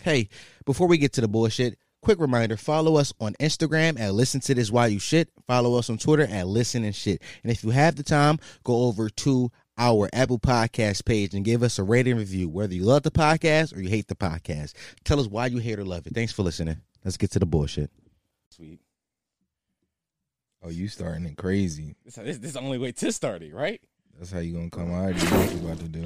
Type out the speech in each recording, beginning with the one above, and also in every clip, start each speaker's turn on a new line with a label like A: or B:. A: Hey, before we get to the bullshit, quick reminder follow us on Instagram at listen to this while you shit. Follow us on Twitter at listen and shit. And if you have the time, go over to our Apple Podcast page and give us a rating and review, whether you love the podcast or you hate the podcast. Tell us why you hate or love it. Thanks for listening. Let's get to the bullshit.
B: Sweet.
C: Oh, you starting it crazy.
B: This, this, this is the only way to start it, right?
C: That's how you gonna come. I already know what you about to do.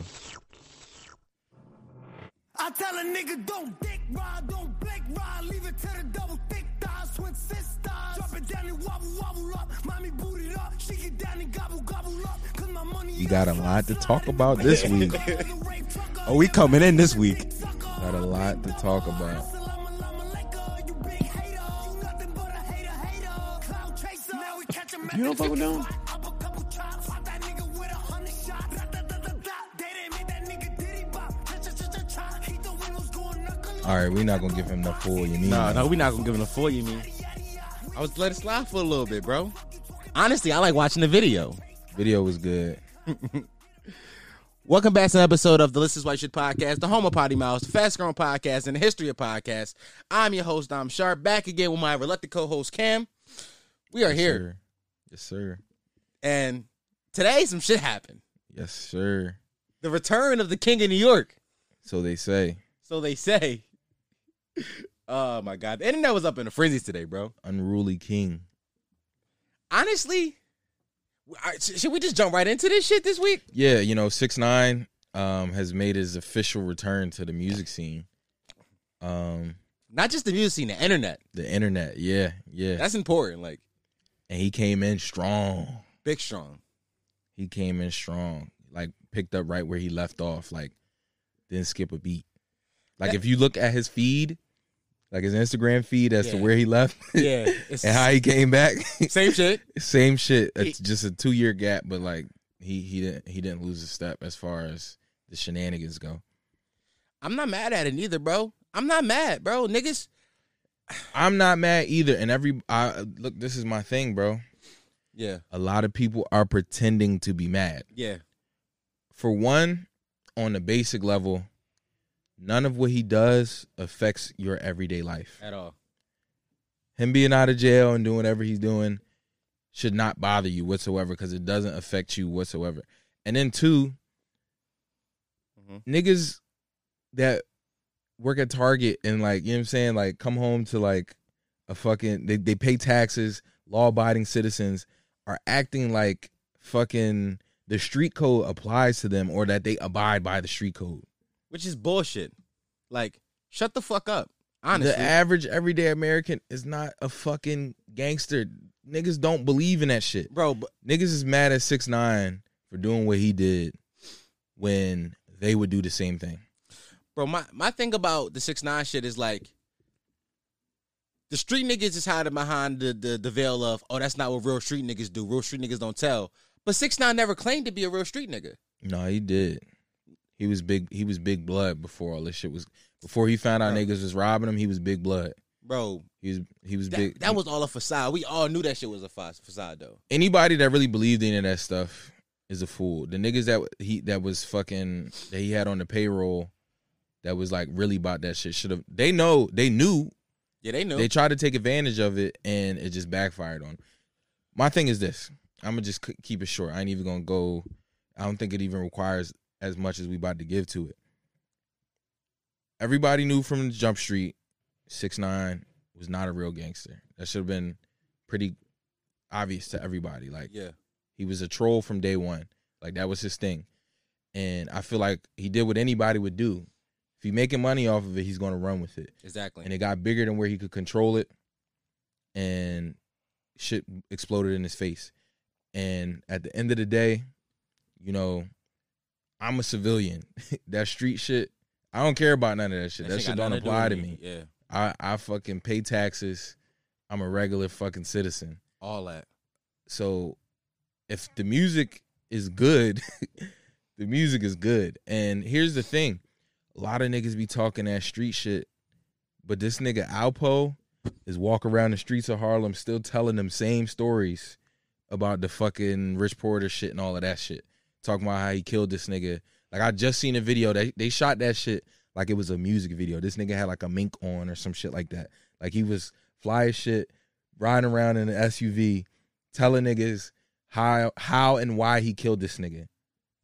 D: I tell a nigga don't dick ride, don't blink ride, leave it to the double thick thighs, twin sisters. Drop it down and wobble, wobble up, mommy boot it up, she get down and gobble, gobble up, cause my money
C: You got a lot to talk about this week. Oh, we coming in this week. Got a lot to talk about.
D: You don't fuck with them?
C: All right, we're not gonna give him the full you need.
B: No, no, we're not gonna give him a full. You mean? I was let it slide for a little bit, bro. Honestly, I like watching the video.
C: Video was good.
B: Welcome back to an episode of the This Is Why You Should podcast, the home of potty mouths, the fast growing podcast, and the history of podcasts. I'm your host, Dom Sharp, back again with my reluctant co-host Cam. We are
C: Yes,
B: here,
C: sir. Yes, sir.
B: and today some shit happened.
C: Yes, sir.
B: The return of the King of New York,
C: So they say.
B: so they say. oh my god, the internet was up in a frenzy today, bro.
C: Unruly king.
B: Honestly, I- sh- should we just jump right into this shit this week?
C: Yeah, you know, six nine um has made his official return to the music scene. Um,
B: Not just the music scene, the internet.
C: the internet. Yeah, yeah.
B: That's important. Like
C: and he came in strong.
B: big strong.
C: He came in strong. Like picked up right where he left off. Like didn't skip a beat. Like if you look at his feed, like his Instagram feed as to
B: Yeah.
C: where he left
B: Yeah, it's
C: and how he came back.
B: same shit.
C: Same shit.
B: He-
C: It's just a two year gap, but like he he didn't he didn't lose a step as far as the shenanigans go.
B: I'm not mad at it either, bro. I'm not mad, bro. Niggas,
C: I'm not mad either. And every I look, this is my thing, bro.
B: yeah,
C: A lot of people are pretending to be mad.
B: yeah,
C: For one, on the basic level, none of what he does affects your everyday life.
B: at all.
C: Him being out of jail and doing whatever he's doing should not bother you whatsoever because it doesn't affect you whatsoever. And then two,
B: Mhm.
C: niggas that work at Target and like, you know what I'm saying, like come home to like a fucking they, they pay taxes, law abiding citizens are acting like fucking the street code applies to them or that they abide by the street code.
B: Which is bullshit. Like, shut the fuck up. Honestly,
C: The average everyday American is not a fucking gangster. Niggas don't believe in that shit.
B: bro. But
C: Niggas is mad at six nine for doing what he did when they would do the same thing.
B: bro, my my thing about the six nine shit is like, the street niggas is hiding behind the, the the veil of, oh, that's not what real street niggas do. Real street niggas don't tell. But six nine never claimed to be a real street nigga.
C: No, he did. He was big. He was big blood before all this shit was. Before he found out
B: Bro.
C: niggas was robbing him, he was big blood.
B: Bro,
C: He was. He was
B: that,
C: big.
B: that was all a facade. We all knew that shit was a fa- facade, though.
C: anybody that really believed in that stuff is a fool. The niggas that he that was fucking that he had on the payroll that was like really about that shit should have. They know. They knew.
B: Yeah, they knew.
C: They tried to take advantage of it, and it just backfired on. 'em. My thing is this. I'm gonna just c- keep it short. I ain't even gonna go. I don't think it even requires as much as we about to give to it. Everybody knew from Jump Street, six nine was not a real gangster. That should have been pretty obvious to everybody. Like
B: yeah,
C: he was a troll from day one. Like that was his thing. And I feel like he did what anybody would do. If he making money off of it, he's gonna run with it.
B: exactly.
C: And it got bigger than where he could control it. And shit exploded in his face. And at the end of the day, you know, I'm a civilian. that street shit, I don't care about none of that shit. That, shit
B: got
C: don't
B: nothing do
C: apply to
B: with
C: me.
B: Yeah,
C: I, I fucking pay taxes. I'm a regular fucking citizen.
B: all that.
C: So if the music is good, the music is good. And here's the thing. A lot of niggas be talking that street shit, but this nigga Alpo is walking around the streets of Harlem still telling them same stories about the fucking Rich Porter shit and all of that shit. Talking about how he killed this nigga. Like I just seen a video that they shot that shit like it was a music video. This nigga had like a mink on or some shit like that. Like he was fly as shit, riding around in an SUV, telling niggas how how and why he killed this nigga.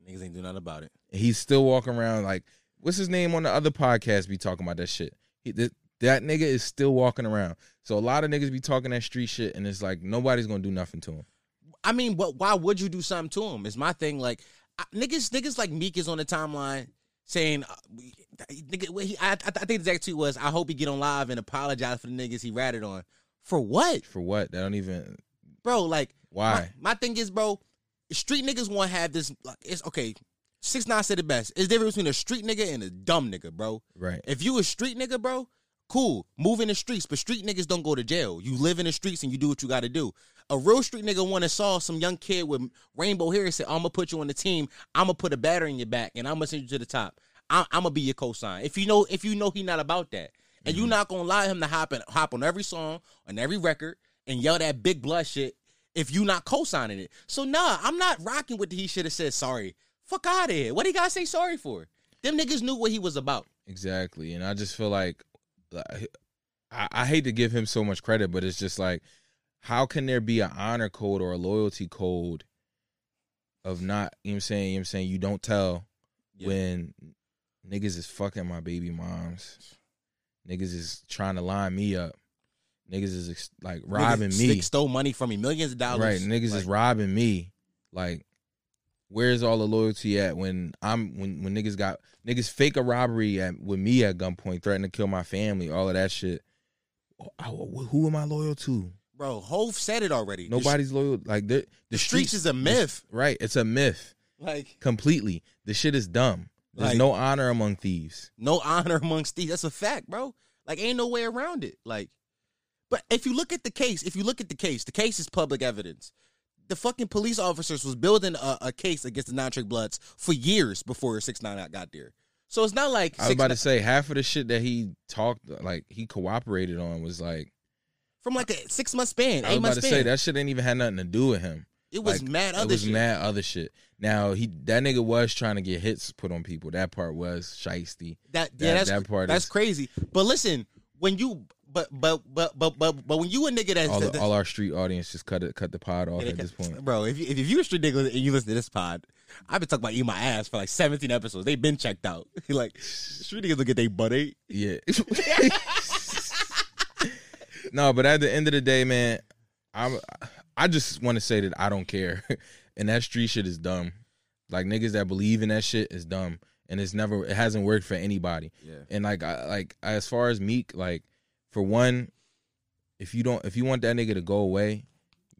A: Niggas ain't do nothing about it.
C: And he's still walking around like what's his name on the other podcast be talking about that shit. He, th- that nigga is still walking around. So a lot of niggas be talking that street shit, and it's like nobody's gonna do nothing to him.
A: I mean, but why would you do something to him? It's my thing. Like I, niggas, niggas like Meek is on the timeline saying, uh, we- nigga, what he, I, I I think the exact tweet was, I hope he get on live and apologize for the niggas he ratted on. For what,
C: For what? They don't even
A: bro? Like
C: why.
A: My, my thing is, bro, street niggas want to have this. Like, it's okay. Six nine said it best. It's different between a street nigga and a dumb nigga, bro.
C: Right.
A: If you a street nigga, bro, cool. Move in the streets, but street niggas don't go to jail. You live in the streets and you do what you got to do. A real street nigga want to saw some young kid with rainbow hair and said, "I'm gonna put you on the team. I'm gonna put a batter in your back and I'm gonna send you to the top. I'm, I'm gonna be your cosign." If you know, if you know he not about that, and you not gonna allow him to hop and hop on every song, on every record, and yell that big blood shit if you not co-signing it. So nah, I'm not rocking with the he should have said sorry. Fuck out of here. What he gotta say sorry for? Them niggas knew what he was about.
C: Exactly, and I just feel like, like, I, I hate to give him so much credit, but it's just like, how can there be an honor code or a loyalty code of not? You know what I'm saying? You know what I'm saying you don't tell
A: Yeah.
C: when niggas is fucking my baby moms, niggas is trying to line me up, niggas is ex- like robbing
A: Niggas
C: me,
A: slick stole money from me, millions of dollars.
C: Right, niggas
A: Like,
C: is robbing me. Like, where's all the loyalty at when I'm when when niggas got niggas fake a robbery at with me at gunpoint, threatening to kill my family, all of that shit. Oh, I- wh- who am I loyal to?
A: bro. Hove said it already.
C: Nobody's loyal. Like the
A: The, sh- the streets, is a myth.
C: right? It's a myth
A: Like
C: completely. The shit is dumb. There's
A: Like-
C: no honor among thieves.
A: no honor amongst thieves. That's a fact, bro. Like ain't no way around it. Like, but if you look at the case, if you look at the case, the case is public evidence. The fucking police officers was building a, a case against the non-trick bloods for years before six nine got there. So it's not like
C: I was
A: 6ix9ine
C: about to say half of the shit that he talked, like he cooperated on, was like
A: from like a six month span,
C: I was
A: eight
C: about
A: month
C: to say
A: span.
C: that shit ain't even had nothing to do with him.
A: it was
C: like,
A: mad
C: it
A: other
C: was
A: shit.
C: mad other shit. Now he that nigga was trying to get hits put on people. That part was shisty.
A: That
C: That-
A: yeah, that's
C: that part
A: that's
C: is-
A: crazy. But listen, when you but but but but but but when you a nigga that's
C: All,
A: that-
C: the, all our street audience just cut it, cut the pod off
A: that-
C: at this point.
A: bro, if you, if you a street nigga and you listen to this pod, I've been talking about eat my ass for like seventeen episodes. They've been checked out. like street niggas look at they butt eight.
C: Yeah. no, but at the end of the day, man, I'm I just want to say that I don't care, and that street shit is dumb. Like niggas that believe in that shit is dumb, and it's never it hasn't worked for anybody.
A: Yeah,
C: And like I like as far as Meek, like for one, if you don't if you want that nigga to go away,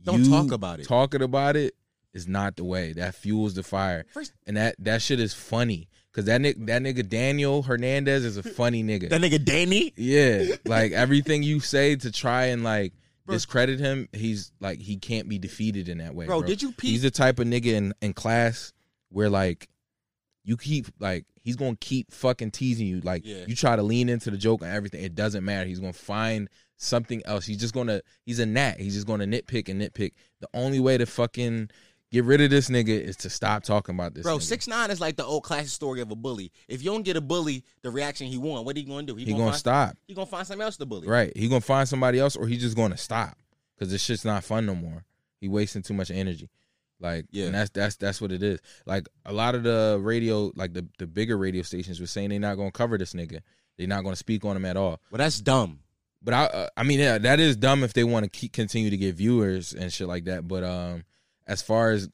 A: Don't
C: you
A: talk about it.
C: Talking about it is not the way. That fuels the fire.
A: First-
C: and that that shit is funny cuz that nigga that nigga Daniel Hernandez is a funny nigga.
A: that nigga Danny.
C: yeah, like everything you say to try and like
A: Bro.
C: discredit him, he's like he can't be defeated in that way.
A: Bro, did you peep-
C: He's the type of nigga in, in class where like you keep like he's gonna keep fucking teasing you. Like
A: Yeah.
C: you try to lean into the joke and everything, it doesn't matter. He's gonna find something else. He's just gonna he's a gnat. He's just gonna nitpick and nitpick. The only way to fucking get rid of this nigga is to stop talking about this.
A: Bro,
C: nigga.
A: six nine is like the old classic story of a bully. If you don't get a bully the reaction he want, what he gonna do?
C: he gonna
A: find,
C: stop.
A: He gonna find something else to bully.
C: Right. He gonna find somebody else or he just gonna stop. Cause this shit's not fun no more. He wasting too much energy. Like
A: Yeah.
C: yeah. and that's that's that's what it is. Like a lot of the radio like the, the bigger radio stations were saying they're not gonna cover this nigga. They're not gonna speak on him at all.
A: Well, that's dumb.
C: But I uh, I mean yeah, that is dumb if they wanna keep continue to get viewers and shit like that. But um as far as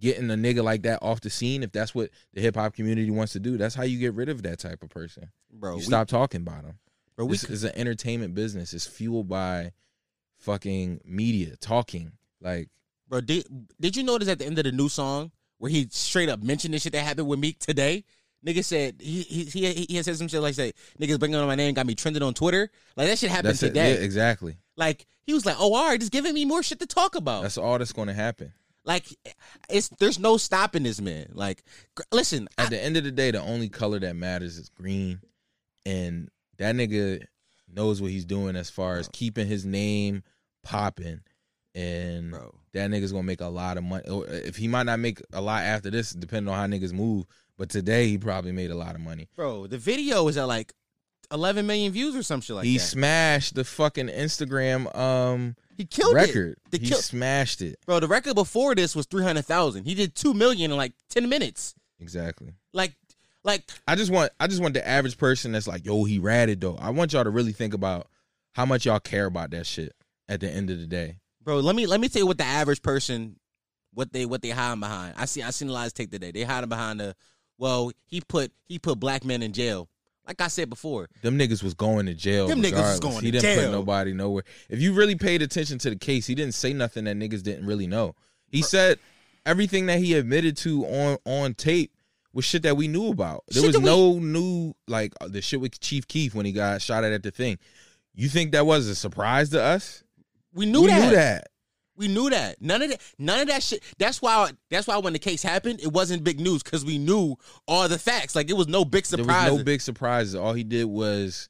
C: getting a nigga like that off the scene, if that's what the hip hop community wants to do, that's how you get rid of that type of person.
A: Bro,
C: You
A: we,
C: stop talking about him.
A: Bro, we
C: This is an entertainment business. It's fueled by fucking media talking. Like
A: Bro, did, did you notice at the end of the new song where he straight up mentioned the shit that happened with Meek today? Nigga said he he he, he had said some shit like say niggas bringing on my name got me trending on Twitter. Like that shit happened
C: that's it.
A: today.
C: Yeah, exactly.
A: Like he was like, oh all right, just giving me more shit to talk
B: Oh.
A: about.
C: That's all that's going to happen.
A: like it's there's no stopping this man. Like gr- listen, I,
C: At the end of the day, the only color that matters is green, and that nigga knows what he's doing as far as keeping his name popping. And
A: Bro.
C: Oh, that nigga's gonna make a lot of money. Or if he might not make a lot after this, depending on how niggas move. But today he probably made a lot of money.
B: Bro, the video is at like 11 million views or some shit like
C: he
B: that.
C: smashed the fucking Instagram um
B: he killed it.
C: record.
B: They
C: He
B: kill-
C: smashed it.
B: Bro, the record before this was 300,000. He did 2 million in like 10 minutes.
C: Exactly.
B: Like like
C: I just want I just want the average person that's like, yo, he ratted though. I want y'all to really think about how much y'all care about that shit at the end of the day.
B: bro, let me let me tell you what the average person what they what they hiding behind. I see I seen a lot of take today. They hiding behind the well, he put he put black men in jail. Like I said before,
C: Them niggas was going to jail.
B: Them niggas was
C: regardless.
B: going to
C: He didn't
B: jail.
C: put nobody nowhere. If you really paid attention to the case, he didn't say nothing that niggas didn't really know. He said everything that he admitted to on on tape was shit that we knew about. There
B: Shit
C: was
B: that we-
C: no new like uh, the shit with Chief Keith when he got shot at at the thing. You think that was a surprise to us?
B: we knew
C: we
B: that.
C: knew that.
B: We knew that. None of that. None of that shit. That's why. That's why when the case happened, it wasn't big news because we knew all the facts. Like it was no big surprise.
C: There was no big surprises. All he did was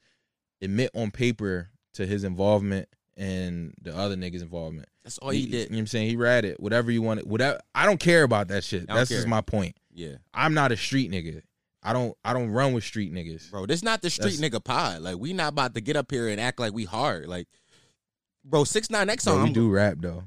C: admit on paper to his involvement and the other niggas' involvement.
B: that's all Oh, he
C: You know
B: did.
C: what I'm saying? He ratted Whatever you want. Whatever. I don't care about that shit.
B: don't
C: That's
B: care.
C: just my point.
B: Yeah,
C: I'm not a street nigga. I don't. I don't run with street niggas.
B: bro. This not the street nigga pod. Like we not about to get up here and act like we hard. Like, bro, six nine X
C: Bro,
B: on.
C: we do rap though.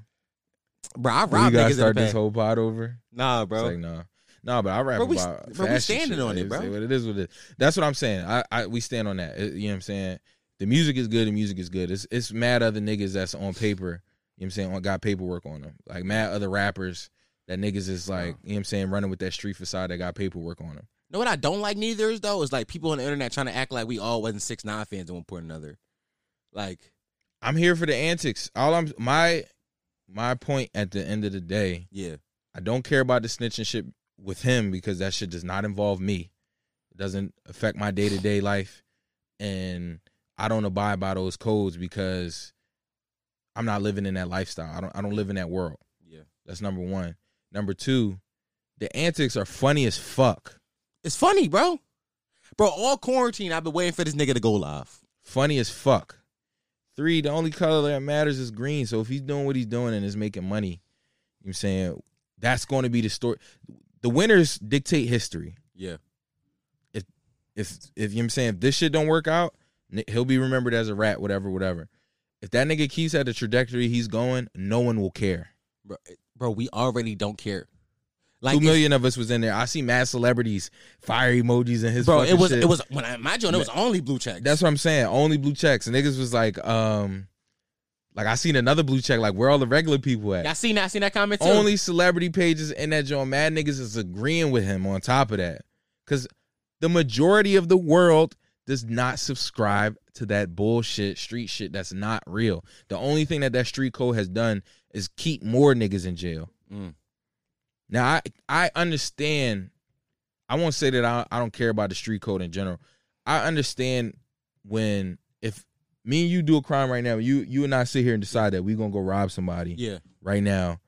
B: Bro, I
C: We
B: rob
C: gotta
B: niggas in the
C: start this
B: past.
C: whole pod over.
B: nah, bro.
C: It's like nah, nah. But I rap
B: Bro, we-
C: about.
B: bro, we
C: fashion
B: standing
C: shit.
B: on it,
C: Like,
B: bro.
C: What it is, what it is. That's what I'm saying. I, I we stand on that. It- you know what I'm saying? The music is good. The music is good. It's it's mad other niggas that's on paper. You know what I'm saying? On got paperwork on them. Like mad other rappers that niggas is like. You know what I'm saying? Running with that street facade that got paperwork on them.
B: know what I don't like neither is though is like people on the internet trying to act like we all wasn't six nine fans at one point or another. Like,
C: I'm here for the antics. All I'm my my point at the end of the day
B: yeah,
C: I don't care about the snitching shit with him because that shit does not involve me. It doesn't affect my day to day life. And I don't abide by those codes because I'm not living in that lifestyle. I don't I don't live in that world.
B: yeah.
C: That's number one. Number two, the antics are funny as fuck.
B: It's funny, bro. Bro, all quarantine, I've been waiting for this nigga to go live.
C: Funny as fuck. Three, the only color that matters is green. So if he's doing what he's doing and is making money, you know what I'm saying that's going to be the story. The winners dictate history.
B: Yeah.
C: if if you know what I'm saying if this shit don't work out, n- he'll be remembered as a rat, whatever, whatever. If that nigga keeps at the trajectory he's going, no one will care.
B: bro, bro, we already don't care. Like
C: Two million of us was in there. I see mad celebrities, fire emojis in
B: it's-
C: his.
B: bro, it
C: fucking
B: was
C: shit.
B: it was when I my joint, it was only blue checks.
C: That's what I'm saying. Only blue checks. Niggas was like, um, like I seen another blue check. Like where all the regular people at?
B: I seen that. I seen that comment too.
C: Only celebrity pages in that joint. Mad niggas is agreeing with him on top of that. Cause the majority of the world does not subscribe to that bullshit street shit that's not real. The only thing that that street code has done is keep more niggas in jail.
B: Mm.
C: Now I I understand. I won't say that I, I don't care about the street code in general. I understand when if me and you do a crime right now, you you and I sit here and decide that we gonna go rob somebody
B: yeah,
C: right now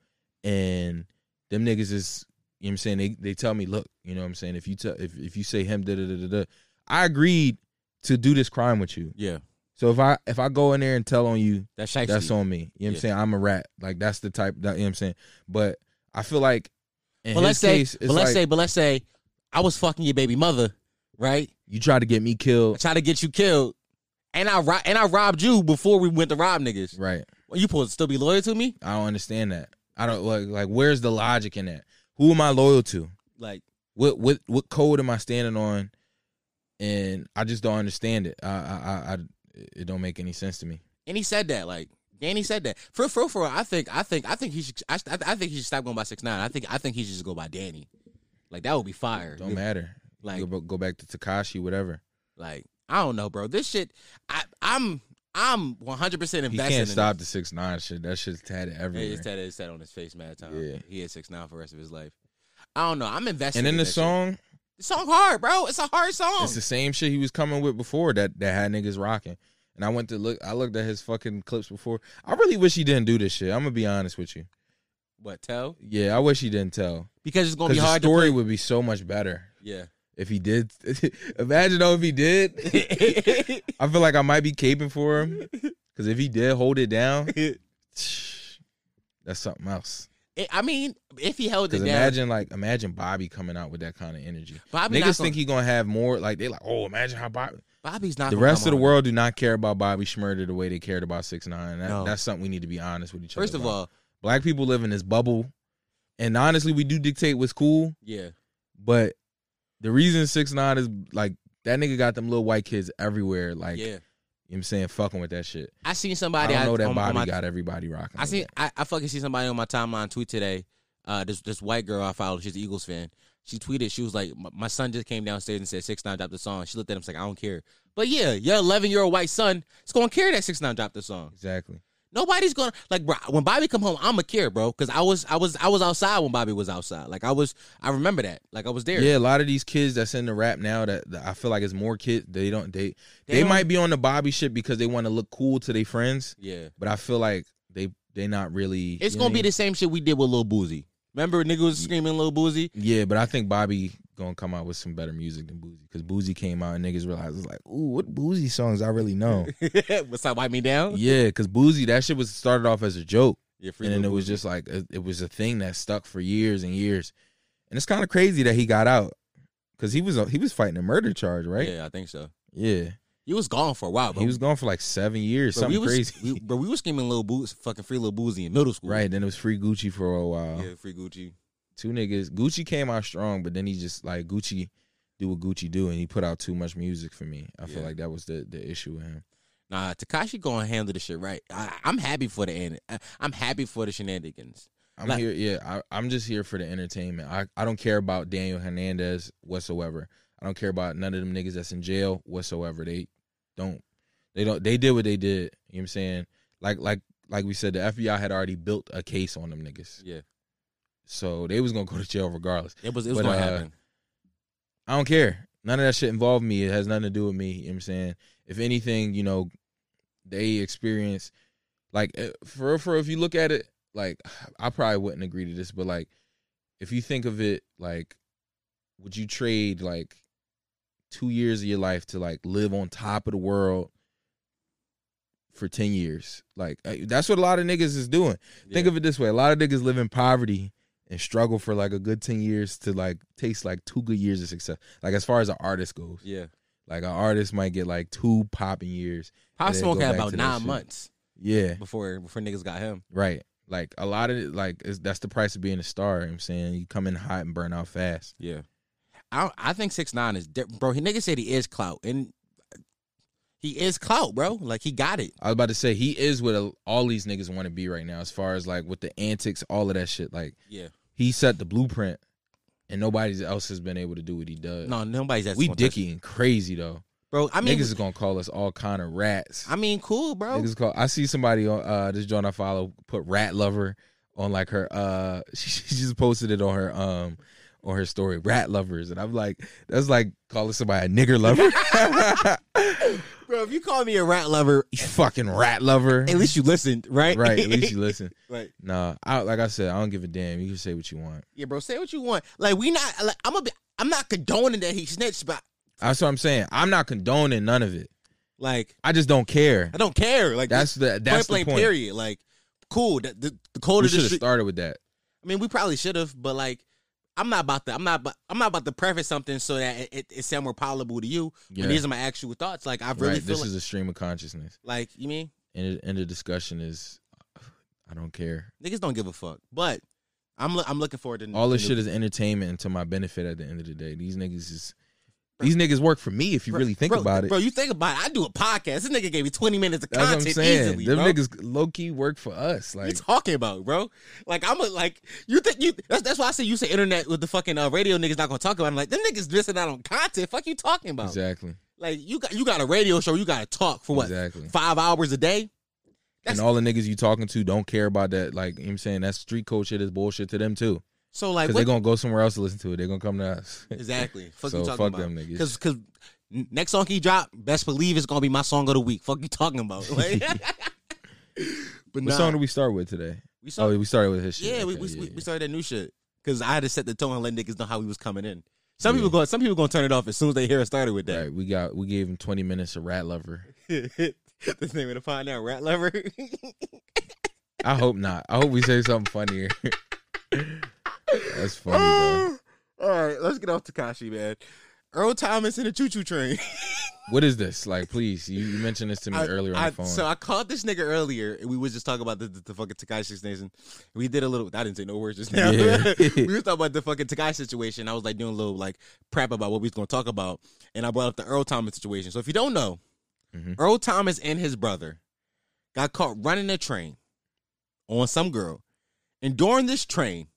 C: and them niggas is you know what I'm saying they they tell me look you know what I'm saying if you tell if, if you say him da da da da da I agreed to do this crime with you
B: yeah.
C: so if I if I go in there and tell on you
B: That's shifty.
C: that's on me you know what
B: Yeah.
C: I'm saying I'm a rat like that's the type that you know what I'm saying but I feel like in
B: But let's
C: his
B: say,
C: case it's
B: but let's
C: like
B: say, but let's say, I was fucking your baby mother, right?
C: you try to get me
B: I
C: killed
B: tried to get you killed, and I ro- and I robbed you before we went to rob niggas.
C: right
B: Well, you supposed to still be loyal to me?
C: I don't understand that I don't like like where's the logic in that who am I loyal to
B: Like,
C: what what what code am I standing on? And I just don't understand it. I I, I, I it don't make any sense to me.
B: and he said that. Like, Danny said that. For for for, I think I think I think he should. I, I think he should stop going by six nine. I think I think he should just go by Danny. Like that would be fire.
C: Don't matter.
B: Like
C: go, ba- go back to Takashi, whatever.
B: Like I don't know, bro. This shit, I, I'm I'm 100 percent
C: He
B: invested.
C: can't
B: in
C: stop the six nine shit. That shit's tatted
B: This.
C: everywhere.
B: It's that it's that on his face, mad time.
C: Yeah.
B: He had six nine for the rest of his life. I don't know. I'm invested.
C: and then
B: in
C: the
B: that shit.
C: song,
B: the song hard, bro. It's a hard song.
C: it's the same shit he was coming with before that that had niggas rocking. And I went to look. I looked at his fucking clips before. I really wish he didn't do this shit. I'm gonna be honest with you.
B: what tell?
C: Yeah, I wish he didn't tell
B: Because it's gonna
C: because
B: be
C: the
B: hard
C: story
B: to.
C: would be so much
B: play.
C: better
B: Yeah.
C: if he did. Imagine though if he did. I feel like I might be caping for him because if he did hold it down, that's something else.
B: It, I mean, if he held it
C: Because
B: down,
C: imagine like imagine Bobby coming out with that kind of energy.
B: Bobby
C: Niggas
B: not gonna-
C: think he gonna have more. Like they like, oh, imagine how Bobby.
B: Bobby's not
C: The
B: gonna
C: rest
B: come
C: of
B: on.
C: the world do not care about Bobby Schmurder the way they cared about Six Nine. That,
B: No.
C: That's something we need to be honest with each other.
B: First of
C: about.
B: all,
C: black people live in this bubble, and honestly, we do dictate what's cool.
B: yeah,
C: But the reason Six Nine is like that nigga got them little white kids everywhere. Like you know
B: yeah.
C: what I'm saying, fucking with that shit.
B: I seen
C: I
B: somebody.
C: don't know that
B: on- on
C: Bobby
B: my-
C: got everybody rocking.
B: I
C: with
B: seen.
C: that.
B: I, I fucking see somebody on my timeline tweet today. Uh, this this white girl I follow, she's an Eagles fan. She tweeted, she was like, "My- "My son just came downstairs and said Six Nine dropped the song." She looked at him, she's like, "I don't care." But yeah, your 11 year old white son is gonna care that Six Nine dropped the song.
C: exactly.
B: Nobody's gonna like bro, when Bobby come home. I'm a care, bro, because I was I was I was outside when Bobby was outside. Like I was I remember that. Like I was there.
C: Yeah, a lot of these kids that's in the rap now that, that I feel like it's more kids. They don't they
B: They
C: they,
B: don't-
C: might be on the Bobby shit because they want to look cool to their friends,
B: yeah.
C: but I feel like they they not really.
B: It's
C: you know
B: gonna be
C: what
B: the same shit we did with Lil Boozy. Remember, nigga was screaming Lil Boozy.
C: I mean? Yeah, but I think Bobby gonna come out with some better music than Boozy because Boozy came out and niggas realized it's like, ooh, what Boozy songs I really know.
B: What's up? Wipe me down.
C: yeah, because Boozy that shit was started off as a joke.
B: Yeah,
C: and then it was just like it, it was a thing that stuck for years and years, and it's kind of crazy that he got out because he was he was fighting a murder charge, right?
B: Yeah, I think so.
C: Yeah,
B: He was gone for a while, but
C: he was gone for like seven years,
B: but we
C: something
B: was,
C: crazy.
B: We, but we were screaming Lil Boozy, fucking free Lil Boozy in middle school.
C: right then it was free Gucci for a while.
B: Yeah, free Gucci.
C: Two niggas, Gucci came out strong, but then he just like Gucci do what Gucci do, and he put out too much music for me. I feel
B: Yeah.
C: like that was the the issue with him.
B: Nah, Takashi gonna handle the shit right. I, I'm happy for the end. I- I'm happy for the shenanigans.
C: I'm
B: Like-
C: here, yeah. I, I'm just here for the entertainment. I, I don't care about Daniel Hernandez whatsoever. I don't care about none of them niggas that's in jail whatsoever. They don't, they don't, they did what they did. You know what I'm saying? Like, like, like we said, the FBI had already built a case on them niggas,
B: Yeah,
C: so they was gonna go to jail regardless.
B: it was it was
C: But,
B: gonna
C: uh,
B: happen.
C: I don't care. None of that shit involved me. It has nothing to do with me. You know what I'm saying? If anything, you know, they experience like eh, for for if you look at it, like I probably wouldn't agree to this, but like if you think of it like would you trade like two years of your life to like live on top of the world for 10 years? Like eh, that's what a lot of niggas is doing. Think of it this way: a lot of niggas live in poverty and struggle for like a good ten years to like taste like two good years of success. Like as far as an artist goes,
B: yeah.
C: like an artist might get like two popping years.
B: Pop
C: and then
B: Smoke
C: go
B: had
C: back
B: about
C: to that
B: nine
C: shit.
B: months
C: Yeah,
B: before before niggas got him.
C: right. Like a lot of it, like is, that's the price of being a star. You know what I'm saying you come in hot and burn out fast.
B: Yeah, I don't- I think six nine is different, bro. He nigga said he is clout and he is clout, bro. Like he got it.
C: I was about to say he is what a, all these niggas want to be right now, as far as like with the antics, all of that shit. Like
B: Yeah.
C: he set the blueprint, and nobody else has been able to do what he does.
B: No, nobody's that.
C: we dicky and crazy though.
B: bro. I mean,
C: niggas is gonna call us all kind of rats.
B: I mean, cool, bro.
C: Niggas call. I see somebody on uh, this joint I follow put rat lover on like her. Uh, she, she just posted it on her um on her story. Rat lovers, and I'm like, that's like calling somebody a nigger lover.
B: Bro, if you call me a rat lover,
C: You fucking rat lover.
B: at least you listened, right?
C: Right. At least you listen.
B: Right.
C: Nah. I, like I said, I don't give a damn. You can say what you want.
B: Yeah, bro. Say what you want. Like we not. Like I'm a. Be, I'm not condoning that he snitched, but
C: That's what I'm saying. I'm not condoning none of it.
B: like
C: I just don't care.
B: I don't care. Like
C: That's
B: this-
C: the that's the
B: point blank.
C: point.
B: Period. Like cool. The the, the
C: We
B: code of the
C: should have
B: street.
C: started with that.
B: I mean, we probably should have, but like. I'm not about to. I'm not. bu- I'm not about to preface something so that it, it, it sound more palatable to you.
C: Yeah.
B: When these are my actual thoughts. Like I really
C: right.
B: feel
C: This
B: like,
C: is a stream of consciousness.
B: like you mean
C: And and the discussion is, I don't care.
B: niggas don't give a fuck. But I'm lo- I'm looking forward to
C: All this
B: to
C: shit is entertainment and to my benefit at the end of the day. These niggas is these niggas work for me if you
B: Bro-
C: really think
B: bro,
C: about it.
B: Bro, you think about it. I do a podcast. This nigga gave me 20 minutes of
C: That's what
B: content
C: I'm saying.
B: easily.
C: Them
B: bro.
C: niggas low key work for us.
B: you
C: Like
B: talking about, bro? Like I'm a, like you think you that's, that's why I say you say internet with the fucking uh, radio niggas not gonna talk about. it. I'm like them niggas missing out on content. Fuck you talking about?
C: exactly,
B: Like you got you got a radio show. You got to talk for what
C: exactly.
B: five hours a day. that's-
C: And all the niggas you talking to don't care about that. Like you know what I'm saying, that street code shit is bullshit to them too.
B: So like
C: Because
B: what,
C: they gonna go somewhere else to listen to it. They're gonna come to us.
B: exactly fuck
C: so
B: you
C: fuck
B: talking
C: them
B: about?
C: niggas.
B: Because because next song he drop, best believe it's gonna be my song of the week. Fuck you talking about? Like, but
C: what
B: nah,
C: song do we start with today?
B: we saw
C: Oh, we started with his shit.
B: Yeah, we,
C: Okay,
B: we,
C: yeah,
B: we-
C: yeah.
B: we started that new shit because I had to set the tone and let niggas know how we was coming in. Some
C: Yeah.
B: people go, some people gonna turn it off as soon as they hear us started with that.
C: Right, we got we gave him 20 minutes of rat lover.
B: this name of the pod now, Rat Lover.
C: I hope not. I hope we say something funnier. That's funny, bro.
B: All right, let's get off Takashi, man. Earl Thomas in the choo choo train.
C: What is this? Like, please, you, you mentioned this to me
B: I-
C: earlier on
B: I-
C: the phone.
B: So I called this nigga earlier, and we was just talking about the, the, the fucking Takashi Six Nation. We did a little. I didn't say no words just now.
C: Yeah.
B: we was talking about the fucking Takashi situation. I was like doing a little like prep about what we was gonna talk about, and I brought up the Earl Thomas situation. So if you don't know,
C: Mhm.
B: Earl Thomas and his brother got caught running a train on some girl, and during this train,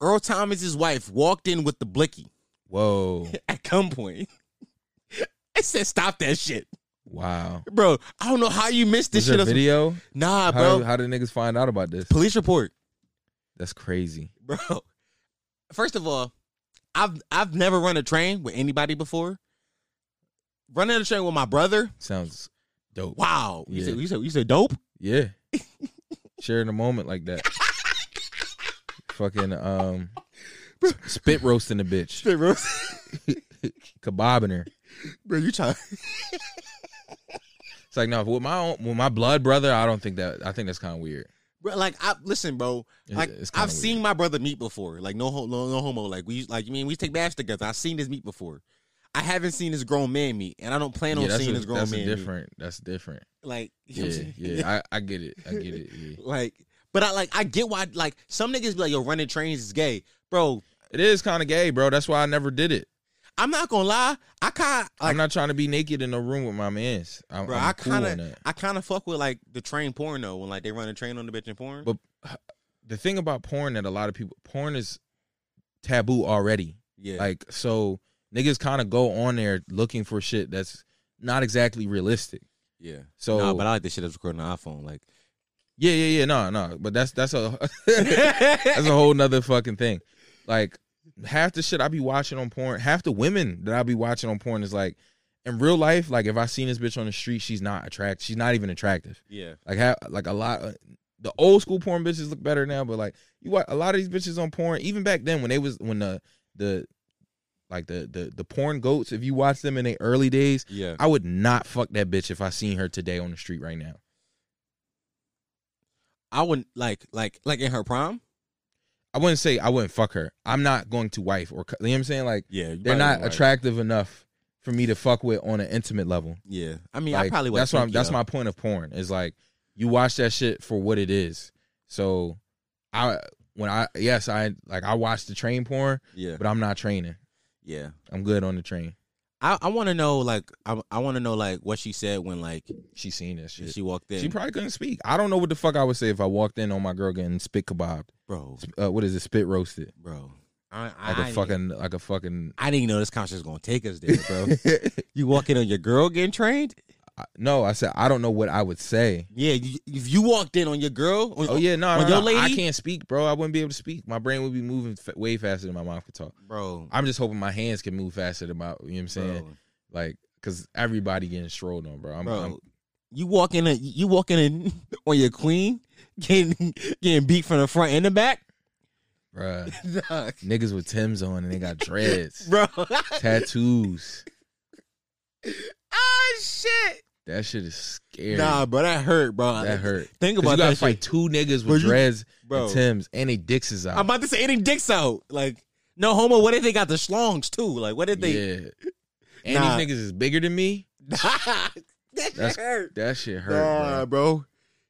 B: Earl Thomas's wife walked in with the blicky
C: Whoa,
B: at gunpoint. I said, "Stop that shit."
C: wow.
B: Bro, I don't know how you missed this
C: Is there
B: shit. or some-
C: video?
B: Nah, bro.
C: how, how did niggas find out about this?
B: Police report,
C: That's crazy.
B: bro. First of all, I've I've never run a train with anybody before. Running a train with my brother.
C: Sounds dope.
B: Wow. You
C: Yeah.
B: said you said you said dope.
C: Yeah. Sharing a moment like that. Fucking um s- spit roasting the bitch.
B: bro.
C: Kebabbing her.
B: bro, you try.
C: It's like no, with my own, with my blood brother, I don't think that I think that's kinda weird.
B: Bro, like I listen, bro.
C: It-
B: Like
C: it's kinda
B: I've
C: weird.
B: seen my brother meet before. Like no, ho- no, no homo. Like we, like you mean we take baths together. I've seen this meet before. I haven't seen this grown man meet, and I don't plan on
C: Yeah, that's
B: seeing
C: a,
B: this grown
C: that's a
B: man. meet.
C: different. That's different.
B: Like you know what I'm
C: Yeah,
B: saying?
C: yeah. I, I get it. I get it. Yeah.
B: Like, but I like I get why like some niggas be like, yo, running trains is gay. Bro,
C: It is kind of gay, bro. That's why I never did it.
B: I'm not gonna lie. I kinda
C: I'm
B: like
C: not trying to be naked in a room with my mans. I'm,
B: bro,
C: I'm
B: I
C: cool on
B: kinda
C: that.
B: I kinda fuck with like the train porno when like they run a train on the bitch in porn.
C: But- The thing about porn that a lot of people porn is taboo already.
B: yeah.
C: Like so niggas kind of go on there looking for shit that's not exactly realistic.
B: yeah.
C: So
B: nah, but I like this shit that's recorded on the iPhone. Like
C: yeah, yeah, yeah, no, no. But that's that's a that's a whole nother fucking thing. Like half the shit I be watching on porn, half the women that I be watching on porn is like in real life, like if I seen this bitch on the street, she's not attract she's not even attractive.
B: Yeah.
C: Like how like a lot uh, the old school porn bitches look better now, but like you watch a lot of these bitches on porn, even back then when they was when the the like the the the porn goats, if you watch them in their early days,
B: Yeah.
C: I would not fuck that bitch if I seen her today on the street right now.
B: I wouldn't like like like in her prom.
C: I wouldn't say I wouldn't fuck her. I'm not going to wife or cu- you know what I'm saying? Like
B: Yeah. you
C: they're
B: probably
C: not
B: right.
C: attractive enough for me to fuck with on an intimate level.
B: Yeah. I mean I
C: Like,
B: probably would
C: that's what I'm, that's my point of porn is like you watch that shit for what it is. So I when I yes I like I watch the train porn,
B: Yeah.
C: but I'm not training.
B: Yeah.
C: I'm good on the train.
B: I, I wanna know like I I wanna know like what she said when like
C: She seen that shit.
B: she walked in.
C: She probably couldn't speak. I don't know what the fuck I would say if I walked in on my girl getting spit kebabbed.
B: bro,
C: Uh, what is it? Spit roasted.
B: bro. I
C: Like
B: I,
C: a fucking like a fucking.
B: I didn't know this concert was gonna take us there, bro. you walking on your girl getting trained?
C: no, I said I don't know what I would say.
B: Yeah, you, if you walked in on your girl, on,
C: Oh yeah, no, no,
B: On your
C: no. I
B: lady?
C: can't speak, bro. I wouldn't be able to speak. My brain would be moving fa- way faster than my mouth could talk.
B: bro,
C: I'm just hoping my hands can move faster than my. You know what I'm saying?
B: bro,
C: Like, cause everybody getting strolled on, bro. I'm,
B: bro,
C: I'm-
B: you walking in, you walking in on your queen, getting getting beat from the front and the back,
C: bruh,
B: Nah,
C: Niggas with Tim's on and they got dreads,
B: bro.
C: tattoos.
B: ah, shit.
C: That shit is scary.
B: Nah, bro, that hurt, bro.
C: that hurt.
B: Think
C: 'Cause you
B: about
C: gotta
B: that
C: fight
B: shit,
C: two niggas
B: Bro,
C: with
B: you-
C: dreads
B: bro.
C: and Tim's and they dicks is out.
B: I'm about to say any dicks out, like. No homo. What if they got the schlongs too? Like, what did they?
C: yeah. And
B: Nah.
C: these niggas is bigger than me.
B: that shit
C: That's-
B: hurt.
C: That shit hurt.
B: Nah,
C: bruh.
B: bro.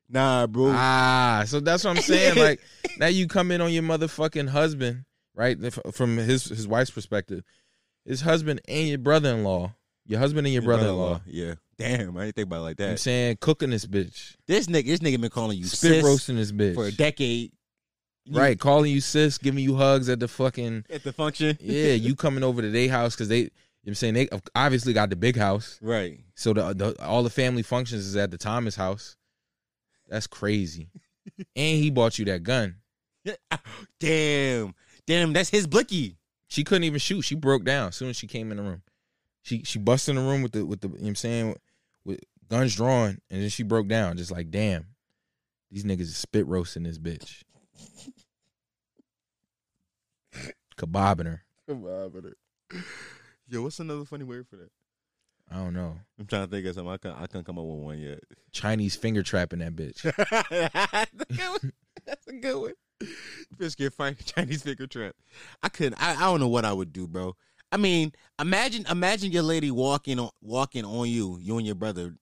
B: Nah, bro.
C: Ah, so that's what I'm saying. like now you come in on your motherfucking husband, right? If- From his his wife's perspective, his husband and your brother-in-law, your husband and your, brother-in-law.
B: Yeah. Damn, I didn't think about it like
C: You know what I'm
B: that.
C: saying cooking this bitch,
B: This nigga, this nigga been calling you
C: spit
B: sis
C: roasting this bitch,
B: for a decade. You-
C: right? Calling you sis, giving you hugs at the fucking
B: At the function.
C: yeah. You coming over to their house because they, you know what I'm saying they obviously got the big house,
B: Right.
C: so the, the all the family functions is at the Thomas house. That's crazy, and he bought you that gun.
B: Damn. Damn, that's his blicky.
C: She couldn't even shoot. She broke down as soon as she came in the room. She she busted in the room with the with the you know what I'm saying with guns drawn and then she broke down just like damn. These niggas is spit roasting this bitch. Kebabbing her.
B: Yo, what's another funny word for that?
C: I don't know.
B: I'm trying to think of something. I can't, I can't come up with one yet.
C: Chinese finger trapping that bitch.
B: that's a good one. That's a good one. Biscuit Frank Chinese finger trap. I couldn't. I, I don't know what I would do, bro. I mean, imagine imagine your lady walking on walking on you, you and your brother,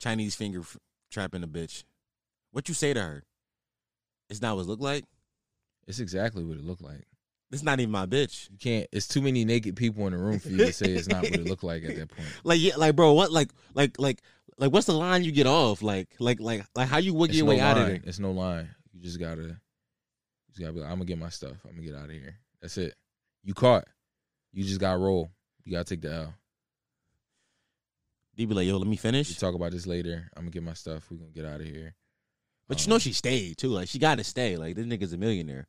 B: Chinese finger f- trapping a bitch. What you say to her? It's not what it look like.
C: It's exactly what it looked like.
B: It's not even my bitch.
C: You can't. It's too many naked people in the room for you to say it's not what it looked like at that point.
B: Like yeah, like bro, what like like like like what's the line you get off? Like like like like how you wiggle
C: It's
B: your
C: no
B: way out of
C: line.
B: it?
C: It's no line. You just gotta. You just gotta be like, I'm gonna get my stuff. I'm gonna get out of here. That's it. You caught. You just gotta roll. You gotta take the L.
B: You be like, yo, let me
C: We
B: finish.
C: talk about this later. I'm gonna get my stuff. We're gonna get out of here.
B: But you
C: Um,
B: know she stayed too. Like she got to stay. Like this nigga's a millionaire.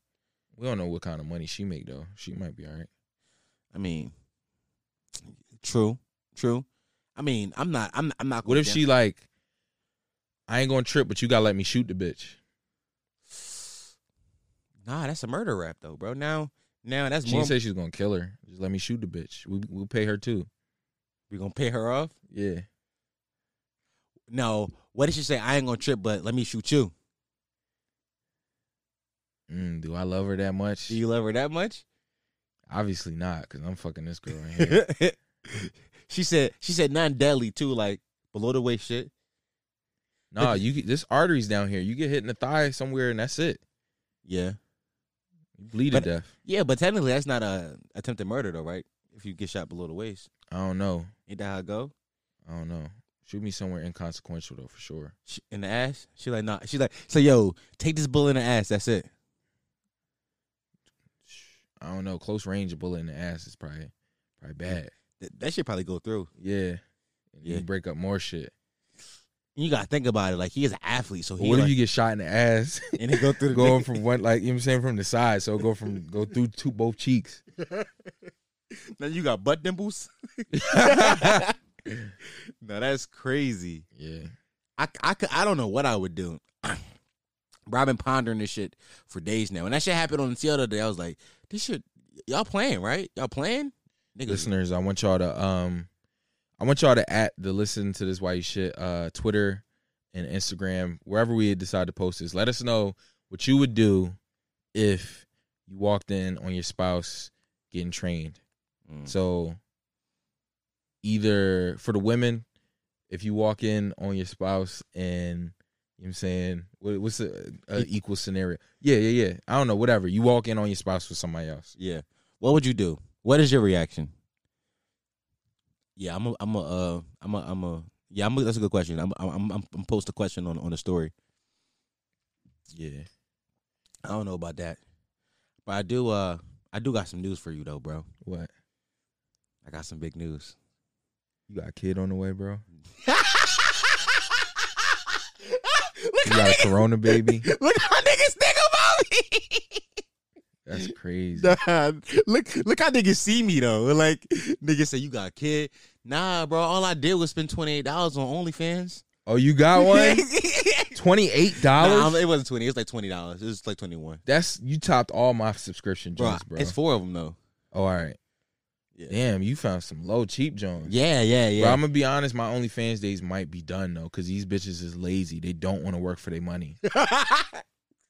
C: we don't know what kind of money she make though. She might be all right.
B: I mean, true, true. I mean, I'm not. I'm. I'm not.
C: What if
B: gonna-
C: she like? I ain't gonna trip, but you gotta let me shoot the bitch.
B: Nah, that's a murder rap though, bro. Now, now that's
C: She
B: more.
C: didn't say she's gonna kill her. Just let me shoot the bitch. We we'll pay her too.
B: we gonna pay her off.
C: Yeah.
B: No. What did she say? I ain't gonna trip, but let me shoot you.
C: Mm, do I love her that much?
B: Do you love her that much?
C: Obviously not, because I'm fucking this girl right here.
B: she said. She said non deadly too, like below the waist shit.
C: nah, you get- this artery's down here. You get hit in the thigh somewhere, and that's it.
B: Yeah.
C: You bleed
B: But-
C: to death.
B: Yeah, but technically that's not a attempted murder though, right? If you get shot below the waist,
C: I don't know.
B: ain't that how it go?
C: I don't know. Shoot me somewhere inconsequential though, for sure.
B: She, in the ass. She like nah. She like so yo, take this bullet in the ass. That's it.
C: I don't know. Close range, a bullet in the ass is probably probably bad.
B: Th- that should probably go through.
C: Yeah.
B: Yeah.
C: You break up more shit.
B: You gotta think about it. Like he is an athlete, so
C: But
B: he
C: what
B: like,
C: if you get shot in the ass
B: and it go through the
C: going
B: going
C: from one like you know what I'm saying from the side? So go from go through two both cheeks.
B: Then you got butt dimples.
C: yeah.
B: No, that's crazy. I, I, could- I don't know what I would do. Bro, I've been pondering this shit for days now. And that shit happened on the TL the other day. I was like, this shit, y'all playing, right? Y'all playing? Niggas,
C: Listeners, I want y'all to um I want y'all to at the listen to this why you shit uh Twitter and Instagram, wherever we decide to post this. Let us know what you would do if you walked in on your spouse getting trained.
B: Mm.
C: So either for the women, if you walk in on your spouse and you know what I'm saying, what, what's a, a equal scenario? Yeah, yeah, yeah. I don't know, whatever. You walk in on your spouse with somebody else.
B: Yeah. What would you do? What is your reaction? Yeah, I'm a, I'm a, uh, I'm a, I'm a, yeah, I'm a, that's a good question. I'm, I'm, I'm, I'm, I'm post a question on, on the story.
C: Yeah.
B: I don't know about that. But I do, uh, I do got some news for you though, bro.
C: What?
B: I got some big news.
C: You got a kid on the way, bro?
B: look,
C: You got a corona baby?
B: look how niggas think
C: That's crazy.
B: about me. Nah, look, look how niggas see me though. Like niggas say you got a kid. Nah, bro. All I did was spend twenty eight dollars on OnlyFans.
C: Oh, you got one? $28?
B: nah, it wasn't twenty. It was like twenty dollars. It was like twenty one.
C: That's you topped all my subscription
B: Bro,
C: joints, bro.
B: it's four of them though.
C: oh, all right.
B: Yeah.
C: Damn, you found some low cheap joints.
B: Yeah, yeah, yeah.
C: Bro, I'm gonna be honest. My OnlyFans days might be done though, cause these bitches is lazy. They don't want to work for their money.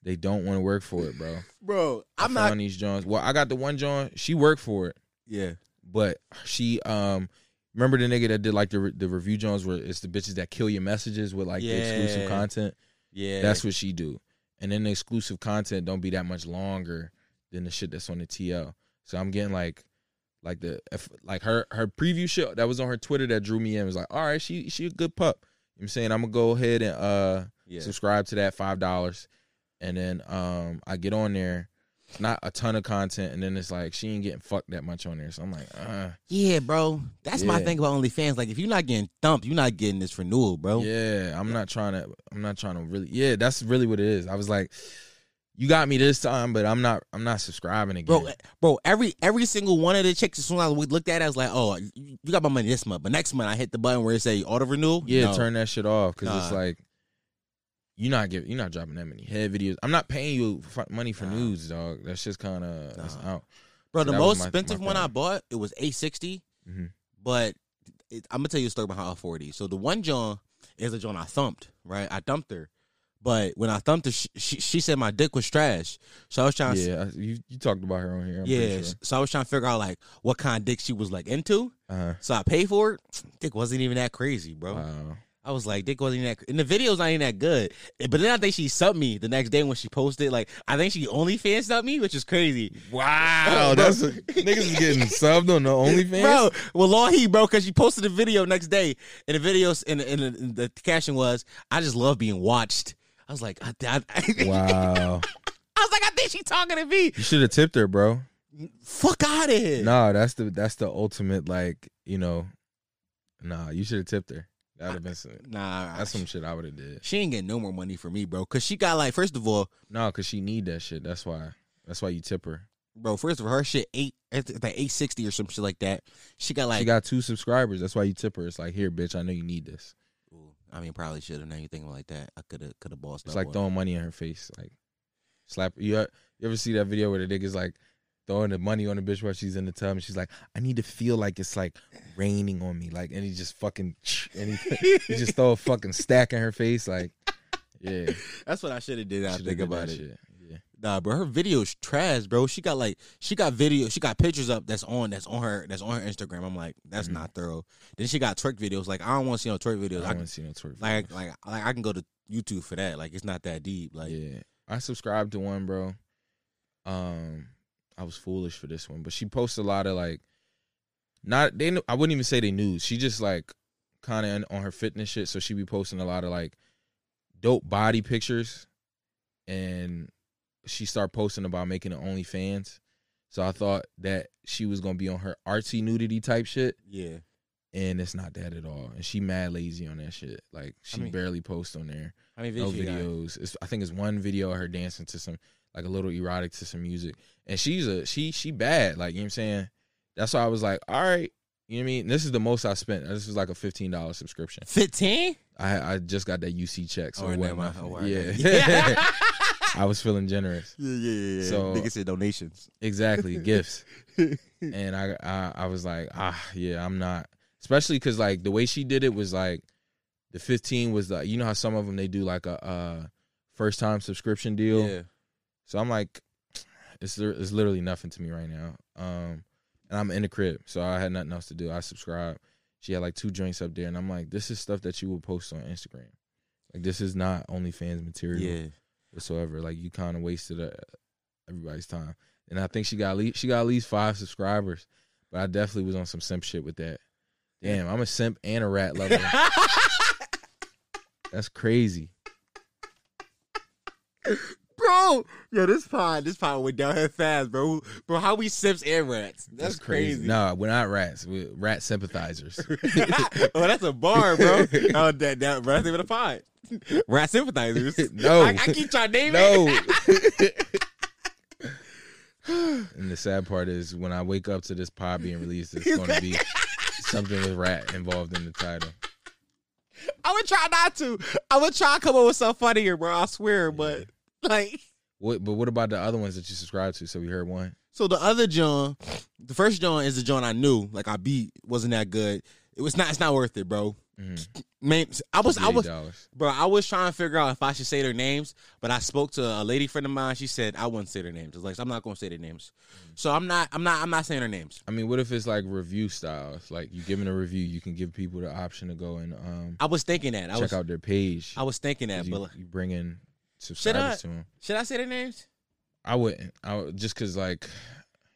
C: they don't want to work for it, bro.
B: bro,
C: I
B: I'm
C: found
B: not.
C: these Johns. Well, I got the one John. She worked for it,
B: Yeah,
C: but she um remember the nigga that did like the re- the review Johns where it's the bitches that kill your messages with like the
B: Yeah.
C: exclusive content.
B: yeah.
C: That's what she do. And then the exclusive content don't be that much longer than the shit that's on the TL. So I'm getting like like the if- like her her preview shit that was on her Twitter that drew me in was like, all right, she she a good pup. You know what I'm saying I'm gonna go ahead and uh
B: yeah.
C: subscribe to that five dollars. And then um I get on there, it's not a ton of content, and then it's like she ain't getting fucked that much on there. So I'm like, uh
B: Yeah, bro. That's my
C: Yeah.
B: thing about OnlyFans. Like, if you're not getting thumped, you're not getting this renewal, bro.
C: Yeah, I'm not trying to. I'm not trying to really. Yeah, that's really what it is. I was like, you got me this time, but I'm not. I'm not subscribing again.
B: Bro, eh, bro, every every single one of the chicks, as soon as we looked at it, I was like, oh, you you got my money this month. But next month, I hit the button where it say auto renewal.
C: yeah,
B: No.
C: turn that shit off because it's
B: Nah.
C: like you're not giving. You're not dropping that many head videos. I'm not paying you fu- money for
B: Nah.
C: nudes, dog. That's just kind of that's
B: Nah.
C: out.
B: Bro,
C: So
B: the
C: that
B: most
C: was my-
B: expensive
C: my
B: one I
C: problem.
B: bought, it was 860
C: Mhm.
B: but it, I'm going to tell you a story behind all 40. So the one John is a John I thumped, right? I dumped her. But when I thumped her, she, she, she said my dick was trash. So I was trying to
C: Yeah, I- you, you talked about her on here. I'm pretty
B: yeah,
C: sure.
B: so I was trying to figure out like what kind of dick she was like into.
C: Uh-huh.
B: So I paid for it. Dick wasn't even that crazy, bro.
C: Wow.
B: I was like, dick wasn't even that. And the video's not even that good. But then I think she subbed me the next day when she posted. Like I think she only fans subbed me, which is crazy,
C: Wow, that's a, niggas is getting subbed on the OnlyFans.
B: bro. Well, Lord, he bro, because she posted the video next day, and the videos and, and, the caption was, "I just love being watched." I was like, I, I, I,
C: Wow,
B: was like, I think she talking to me.
C: you should have tipped her, bro.
B: Fuck out of here.
C: Nah, that's the that's the ultimate like you know. Nah, you should have tipped her. That'd have been some,
B: nah,
C: that's some shit I would have did.
B: She ain't getting no more money from me, bro. Cause she got like, first of all,
C: Nah, cause she need that shit. That's why. That's why you tip her.
B: bro, first of all, her shit eight it's like eight sixty or some shit like that. She got
C: She
B: like
C: got two subscribers. That's why you tip her. It's like here, bitch. I know you need this.
B: Ooh, I mean probably should have now you thinking like that. I could have could have bossed
C: It's
B: up
C: like
B: on
C: throwing money in her face. Like slap. You ever, you ever see that video where the nigga's like throwing the money on the bitch while she's in the tub and she's like, I need to feel like it's like raining on me. Like and he just fucking and he, he just throw a fucking stack in her face. Like yeah.
B: it. That's what I should have did now I
C: Shoulda
B: think
C: did
B: about
C: that
B: it.
C: shit. Yeah.
B: Nah, bro, her video's trash, bro. She got like she got video, she got pictures up that's on that's on her that's on her Instagram. I'm like, that's
C: Mhm.
B: not thorough. Then she got twerk videos. Like, I don't want to see no twerk videos.
C: I
B: I,
C: don't
B: can,
C: see no twerk.
B: like
C: videos.
B: like like I can go to YouTube for that. Like it's not that deep. Like
C: yeah. I subscribed to one, bro. Um, I was foolish for this one, but she posts a lot of like, not they. kn- I wouldn't even say they news. She just like kind of on her fitness shit, so she be posting a lot of like dope body pictures, and she start posting about making an OnlyFans. So I thought that she was gonna be on her artsy nudity type shit,
B: yeah.
C: and it's not that at all. And she mad lazy on that shit. Like she
B: mean-
C: barely posts on there
B: How many videos
C: no
B: she got?
C: videos. It's, I think it's one video of her dancing to some like a little erotic to some music. And she's a she she bad. Like you know what I'm saying? That's why I was like, all right. You know what I mean? This is the most I spent. This was like a fifteen dollar subscription.
B: 15?
C: I I just got that UC check, so
B: Oh,
C: it
B: never
C: wasn't
B: mind.
C: nothing.
B: Oh, all right.
C: yeah.
B: Yeah.
C: I was feeling generous.
B: Yeah, yeah, yeah. yeah.
C: So-
B: Nigga said donations.
C: Exactly, gifts. And I, I I was like, ah, yeah, I'm not. Especially because like the way she did it was like, the fifteen was like, you know how some of them they do like a uh, first time subscription deal. So I'm like, it's li- it's literally nothing to me right now. Um, and I'm in the crib, so I had nothing else to do. I subscribed. She had like two drinks up there, and I'm like, this is stuff that you would post on Instagram. Like this is not OnlyFans material
B: Yeah.
C: whatsoever. Like you kind of wasted uh, everybody's time. And I think she got at least, she got at least five subscribers, but I definitely was on some simp shit with that. Damn, I'm a simp and a rat lover. That's crazy.
B: Bro, yo, this pod, this pod went down here fast, bro. Bro, how we sips and rats? That's, crazy.
C: Nah, we're not rats. We're rat sympathizers.
B: oh, that's a bar, bro. Oh, that, that, bro, that's even a pod. Rat sympathizers.
C: No.
B: I, I keep trying to name it.
C: No. and the sad part is when I wake up to this pod being released, it's going to be something with rat involved in the title.
B: I would try not to. I would try to come up with something funnier, bro. I swear, but like,
C: What, but what about the other ones that you subscribe to? So we heard one.
B: so the other John, the first John is the John I knew, like I beat, wasn't that good. It was not. It's not worth it, bro.
C: Mhm.
B: Man, I was, I was,
C: $80.
B: Bro, I was trying to figure out if I should say their names, but I spoke to a lady friend of mine. She said I wouldn't say their names. It's like I'm not gonna say their names. So I'm not I'm not I'm not saying their names.
C: I mean, what if it's like review style? It's like you give them a review, you can give people the option to go and um,
B: I was thinking that. I
C: check
B: was
C: out their page.
B: I was thinking that,
C: you,
B: but like,
C: you bring in subscribers to them.
B: should I say their names?
C: I wouldn't. I would, just because like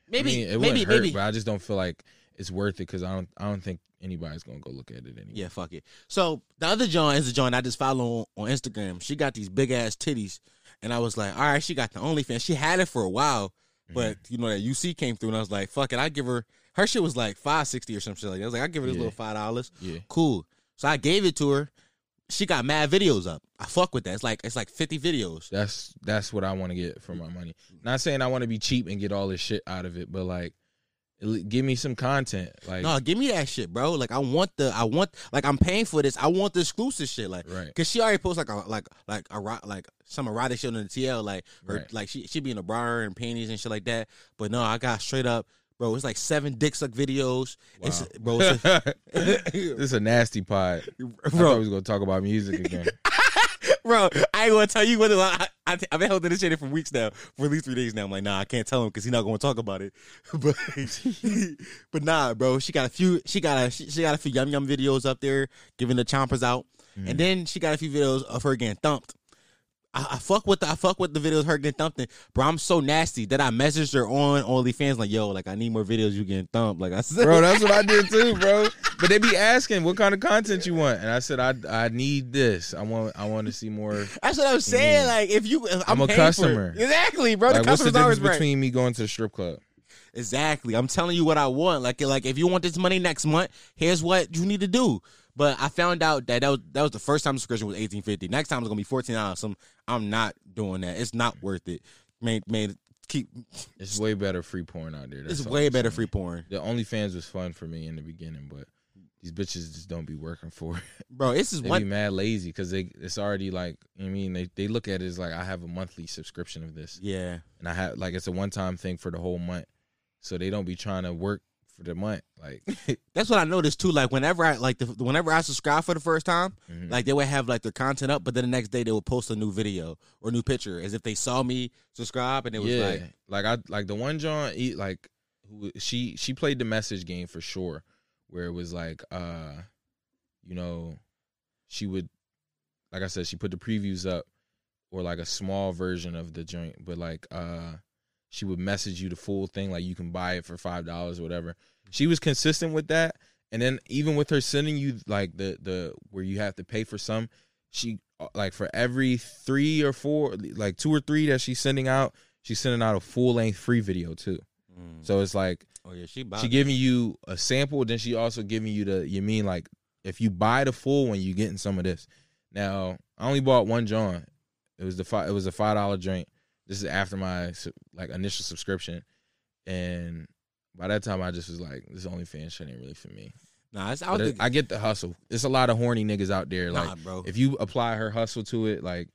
B: Maybe
C: I mean, it
B: maybe
C: wouldn't hurt,
B: maybe
C: but I just don't feel like it's worth it because I don't. I don't think anybody's gonna go look at it anyway.
B: Yeah, fuck it. So the other John is the John I just follow on, on Instagram. She got these big ass titties, and I was like, all right, she got the OnlyFans. She had it for a while, but
C: Mm-hmm.
B: you know that UC came through, and I was like, fuck it, I give her. Her shit was like five sixty or some shit like that. I was like, I give her this
C: Yeah.
B: little five dollars.
C: Yeah.
B: cool. So I gave it to her. She got mad videos up. I fuck with that. It's like it's like fifty videos.
C: That's that's what I want to get for my money. Not saying I want to be cheap and get all this shit out of it, but like, at le- give me some content. Like,
B: No, give me that shit, bro. Like I want the, I want, like I'm paying for this. I want the exclusive shit, like,
C: Right.
B: Cause she already posts like a like like a ro- like some erotic shit on the TL, like her,
C: Right.
B: like she she be in a bra and panties and shit like that. But no, I got straight up, bro. It's like seven dick suck videos. It's
C: Wow.
B: bro, it's
C: this is a nasty pod. I thought
B: bro.
C: we was gonna talk about music again.
B: Bro, I ain't gonna tell you whether I, I, I've been holding this shit in for weeks now, for at least three days now. I'm like, nah, I can't tell him because he's not gonna talk about it. but, but nah, bro, she got a few, she got a, she, she got a few yum yum videos up there giving the chompers out,
C: Mm.
B: and then she got a few videos of her getting thumped. I, I fuck with the, I fuck with the videos of her getting thumped, in, bro. I'm so nasty that I messaged her on OnlyFans like, yo, like I need more videos you getting thumped. Like I said,
C: bro. That's what I did too, bro. But they be asking what kind of content you want, and I said I I need this. I want I want to see more.
B: that's what I'm saying. Like if you, if I'm,
C: Mm. I'm
B: paying
C: a
B: for it.
C: customer.
B: exactly, bro.
C: Like,
B: the
C: what's the
B: customer's always
C: difference
B: right.
C: between me going to the strip club?
B: Exactly. I'm telling you what I want. Like, like if you want this money next month, here's what you need to do. But I found out that that was, that was the first time subscription was eighteen fifty. Next time it's gonna be fourteen dollars. I'm I'm not doing that. It's not worth it. Man, man, keep.
C: It's way better free porn out there. That's
B: it's
C: all
B: way
C: I'm
B: better
C: saying.
B: free porn,
C: The OnlyFans was fun for me in the beginning, but these bitches just don't be working for it.
B: bro. This is
C: They
B: one.
C: be mad lazy because they it's already like you know what I mean they they look at it as like I have a monthly subscription of this
B: yeah,
C: and I have like it's a one time thing for the whole month, so they don't be trying to work for the month like
B: that's what I noticed too. Like whenever I like the whenever I subscribe for the first time,
C: Mhm.
B: like they would have like their content up, but then the next day they would post a new video or new picture as if they saw me subscribe and it was
C: yeah.
B: like,
C: like I like the one John he, like who she she played the message game for sure where it was like uh you know she would like I said she put the previews up or like a small version of the joint but like uh she would message you the full thing like you can buy it for five dollars or whatever she was consistent with that and then even with her sending you like the the where you have to pay for some she uh, like for every three or four like two or three that she's sending out she's sending out a full length free video too
B: mm,
C: so it's like
B: oh yeah, she bought
C: she giving you a sample then she also giving you the you mean like if you buy the full one you getting some of this now i only bought one john it was the five it was a five dollar drink this is after my su- like initial subscription and by that time i just was like this only fan shit ain't really for me
B: Nah, it's, I,
C: But
B: was
C: it-
B: thinking-
C: i get the hustle it's a lot of horny niggas out there like
B: nah, bro.
C: if you apply her hustle to it, like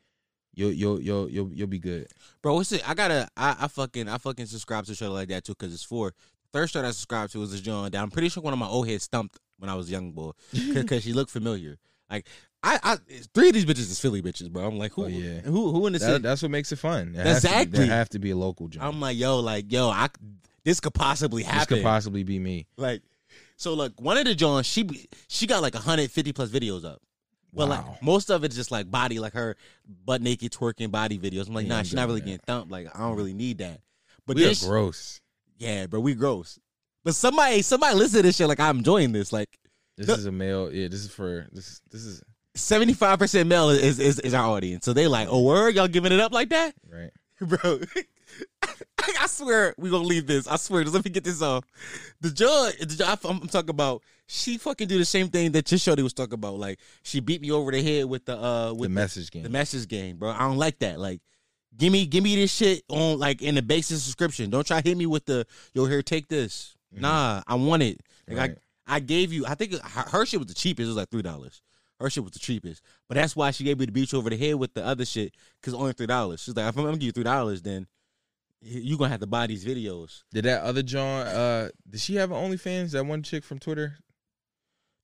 C: you'll you'll you'll you'll you'll be good.
B: Bro, what's it? I gotta. I, I fucking. I fucking subscribe to a show like that too because it's for third show that I subscribed to was this John that I'm pretty sure one of my old heads stumped when I was a young boy because she looked familiar. Like I, I, three of these bitches is Philly bitches, bro. I'm like, who?
C: Oh, yeah.
B: Who? Who in the
C: That-
B: city?
C: that's what makes it fun. There Has to be,
B: Exactly.
C: there have to be a local joint.
B: I'm like, yo, like, yo, I. This could possibly
C: this
B: happen.
C: could possibly be me.
B: like, so like one of the Johns, she she got like 150 plus videos up. Well,
C: Wow.
B: like most of it's just like body, like her butt naked twerking body videos. I'm like,
C: Yeah,
B: nah,
C: I'm
B: she's not
C: doing
B: really
C: that.
B: getting thumped. Like, I don't really need that. But
C: we are
B: this,
C: gross.
B: Yeah, bro, we gross. But somebody, somebody listen to this shit. Like I'm enjoying this. Like
C: This
B: No.
C: is a male. Yeah, this is for this. This is
B: seventy five percent male is, is is our audience. So they like, oh word, y'all giving it up like that,
C: right.
B: bro. I swear we gonna leave this. I swear. Just let me get this off. The judge, the judge I'm, I'm talking about. She fucking do the same thing that your shorty was talking about. Like she beat me over the head with the uh
C: The
B: with the,
C: message game.
B: the message game, bro. I don't like that. Like, give me give me this shit on like in the basic subscription. Don't try to hit me with the yo here take this. Nah, I want it. Like
C: Mm-hmm. Right.
B: I I gave you. I think her, her shit was the cheapest. It was like three dollars. Her shit was the cheapest, but that's why she gave me the beach over the head with the other shit because only three dollars. She's like, if I'm gonna give you three dollars, then you gonna have to buy these videos.
C: did that other John? Uh, did she have an OnlyFans? That one chick from Twitter.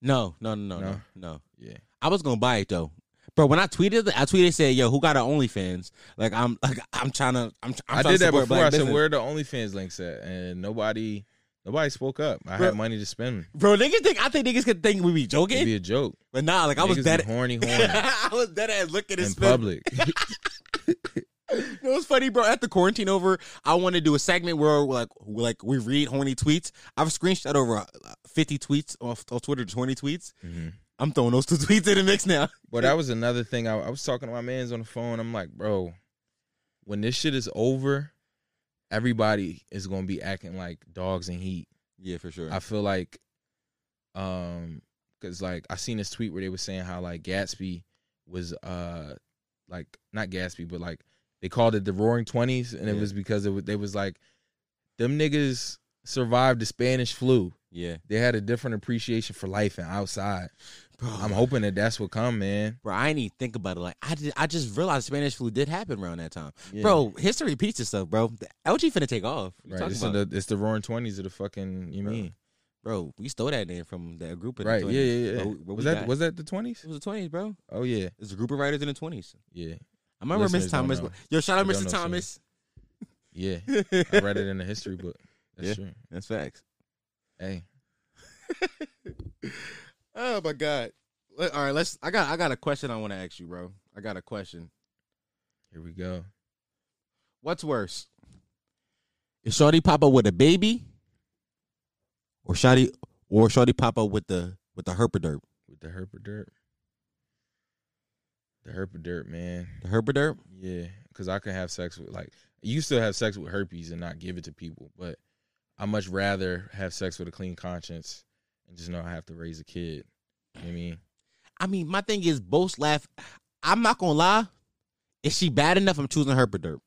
B: No, no, no, no, no,
C: No.
B: no.
C: Yeah,
B: I was gonna buy it though. Bro, when I tweeted, I tweeted said, "Yo, who got an OnlyFans?" Like I'm, like I'm trying to, I'm, I'm
C: i
B: tryna
C: did that
B: support
C: before.
B: black
C: I said,
B: business.
C: "Where are the OnlyFans links at?" And nobody, nobody spoke up. I
B: Bro.
C: had money to spend.
B: Bro, niggas think I think niggas could think we be joking,
C: It'd be a joke.
B: but nah, like I was
C: Niggas be
B: dead.
C: horny, horny
B: I was dead ass looking at
C: in
B: Smith.
C: public.
B: You know what's funny, bro? At the quarantine over, I want to do a segment where like like we read horny tweets. I've screenshot over uh, fifty tweets off, off Twitter, twenty tweets.
C: Mhm.
B: I'm throwing those two tweets in the mix now.
C: But that was another thing. I, I was talking to my man's on the phone. I'm like, bro, when this shit is over, everybody is gonna be acting like dogs in heat.
B: Yeah, for sure.
C: I feel like, um, cause like I seen this tweet where they were saying how like Gatsby was uh, like not Gatsby, but like they called it the Roaring Twenties, and it
B: Yeah.
C: was because it was they was like, them niggas survived the Spanish flu.
B: yeah,
C: They had a different appreciation for life and outside.
B: bro.
C: I'm hoping that that's what come, man.
B: bro, I didn't even think about it. Like I did, I just realized Spanish flu did happen around that time,
C: Yeah.
B: bro. History repeats itself, bro. The LG finna take off. What you
C: Right,
B: talking
C: it's,
B: about?
C: the, it's the roaring twenties of the fucking. You
B: Bro.
C: mean
B: bro. We stole that name from that group in
C: Right?
B: the
C: Yeah,
B: 20s.
C: yeah, yeah.
B: Bro, what
C: was
B: we
C: that
B: got.
C: was that the twenties?
B: it was the twenties, bro?
C: Oh yeah,
B: It's a group of writers in the twenties.
C: yeah,
B: I remember Miss
C: Listeners don't
B: Thomas.
C: know.
B: Yo, shout out
C: They don't
B: Mr.
C: know, so-
B: Thomas.
C: yeah. I read it in the history book. That's
B: Yeah.
C: true.
B: That's facts.
C: Hey,
B: Oh my god. All right, let's. I got. I got a question I want to ask you, bro. I got a question.
C: here we go.
B: What's worse? Is Shorty Papa with a baby, or Shorty, or Shorty Papa with the with the herpaderp?
C: With the herpa dirt. The herpa dirt, man.
B: The herpaderp.
C: Yeah, because I can have sex with like you still have sex with herpes and not give it to people, but I much rather have sex with a clean conscience and just know I have to raise a kid. You know what I mean,
B: I mean, my thing is both laugh. I'm not gonna lie. Is she bad enough? I'm choosing herpaderp.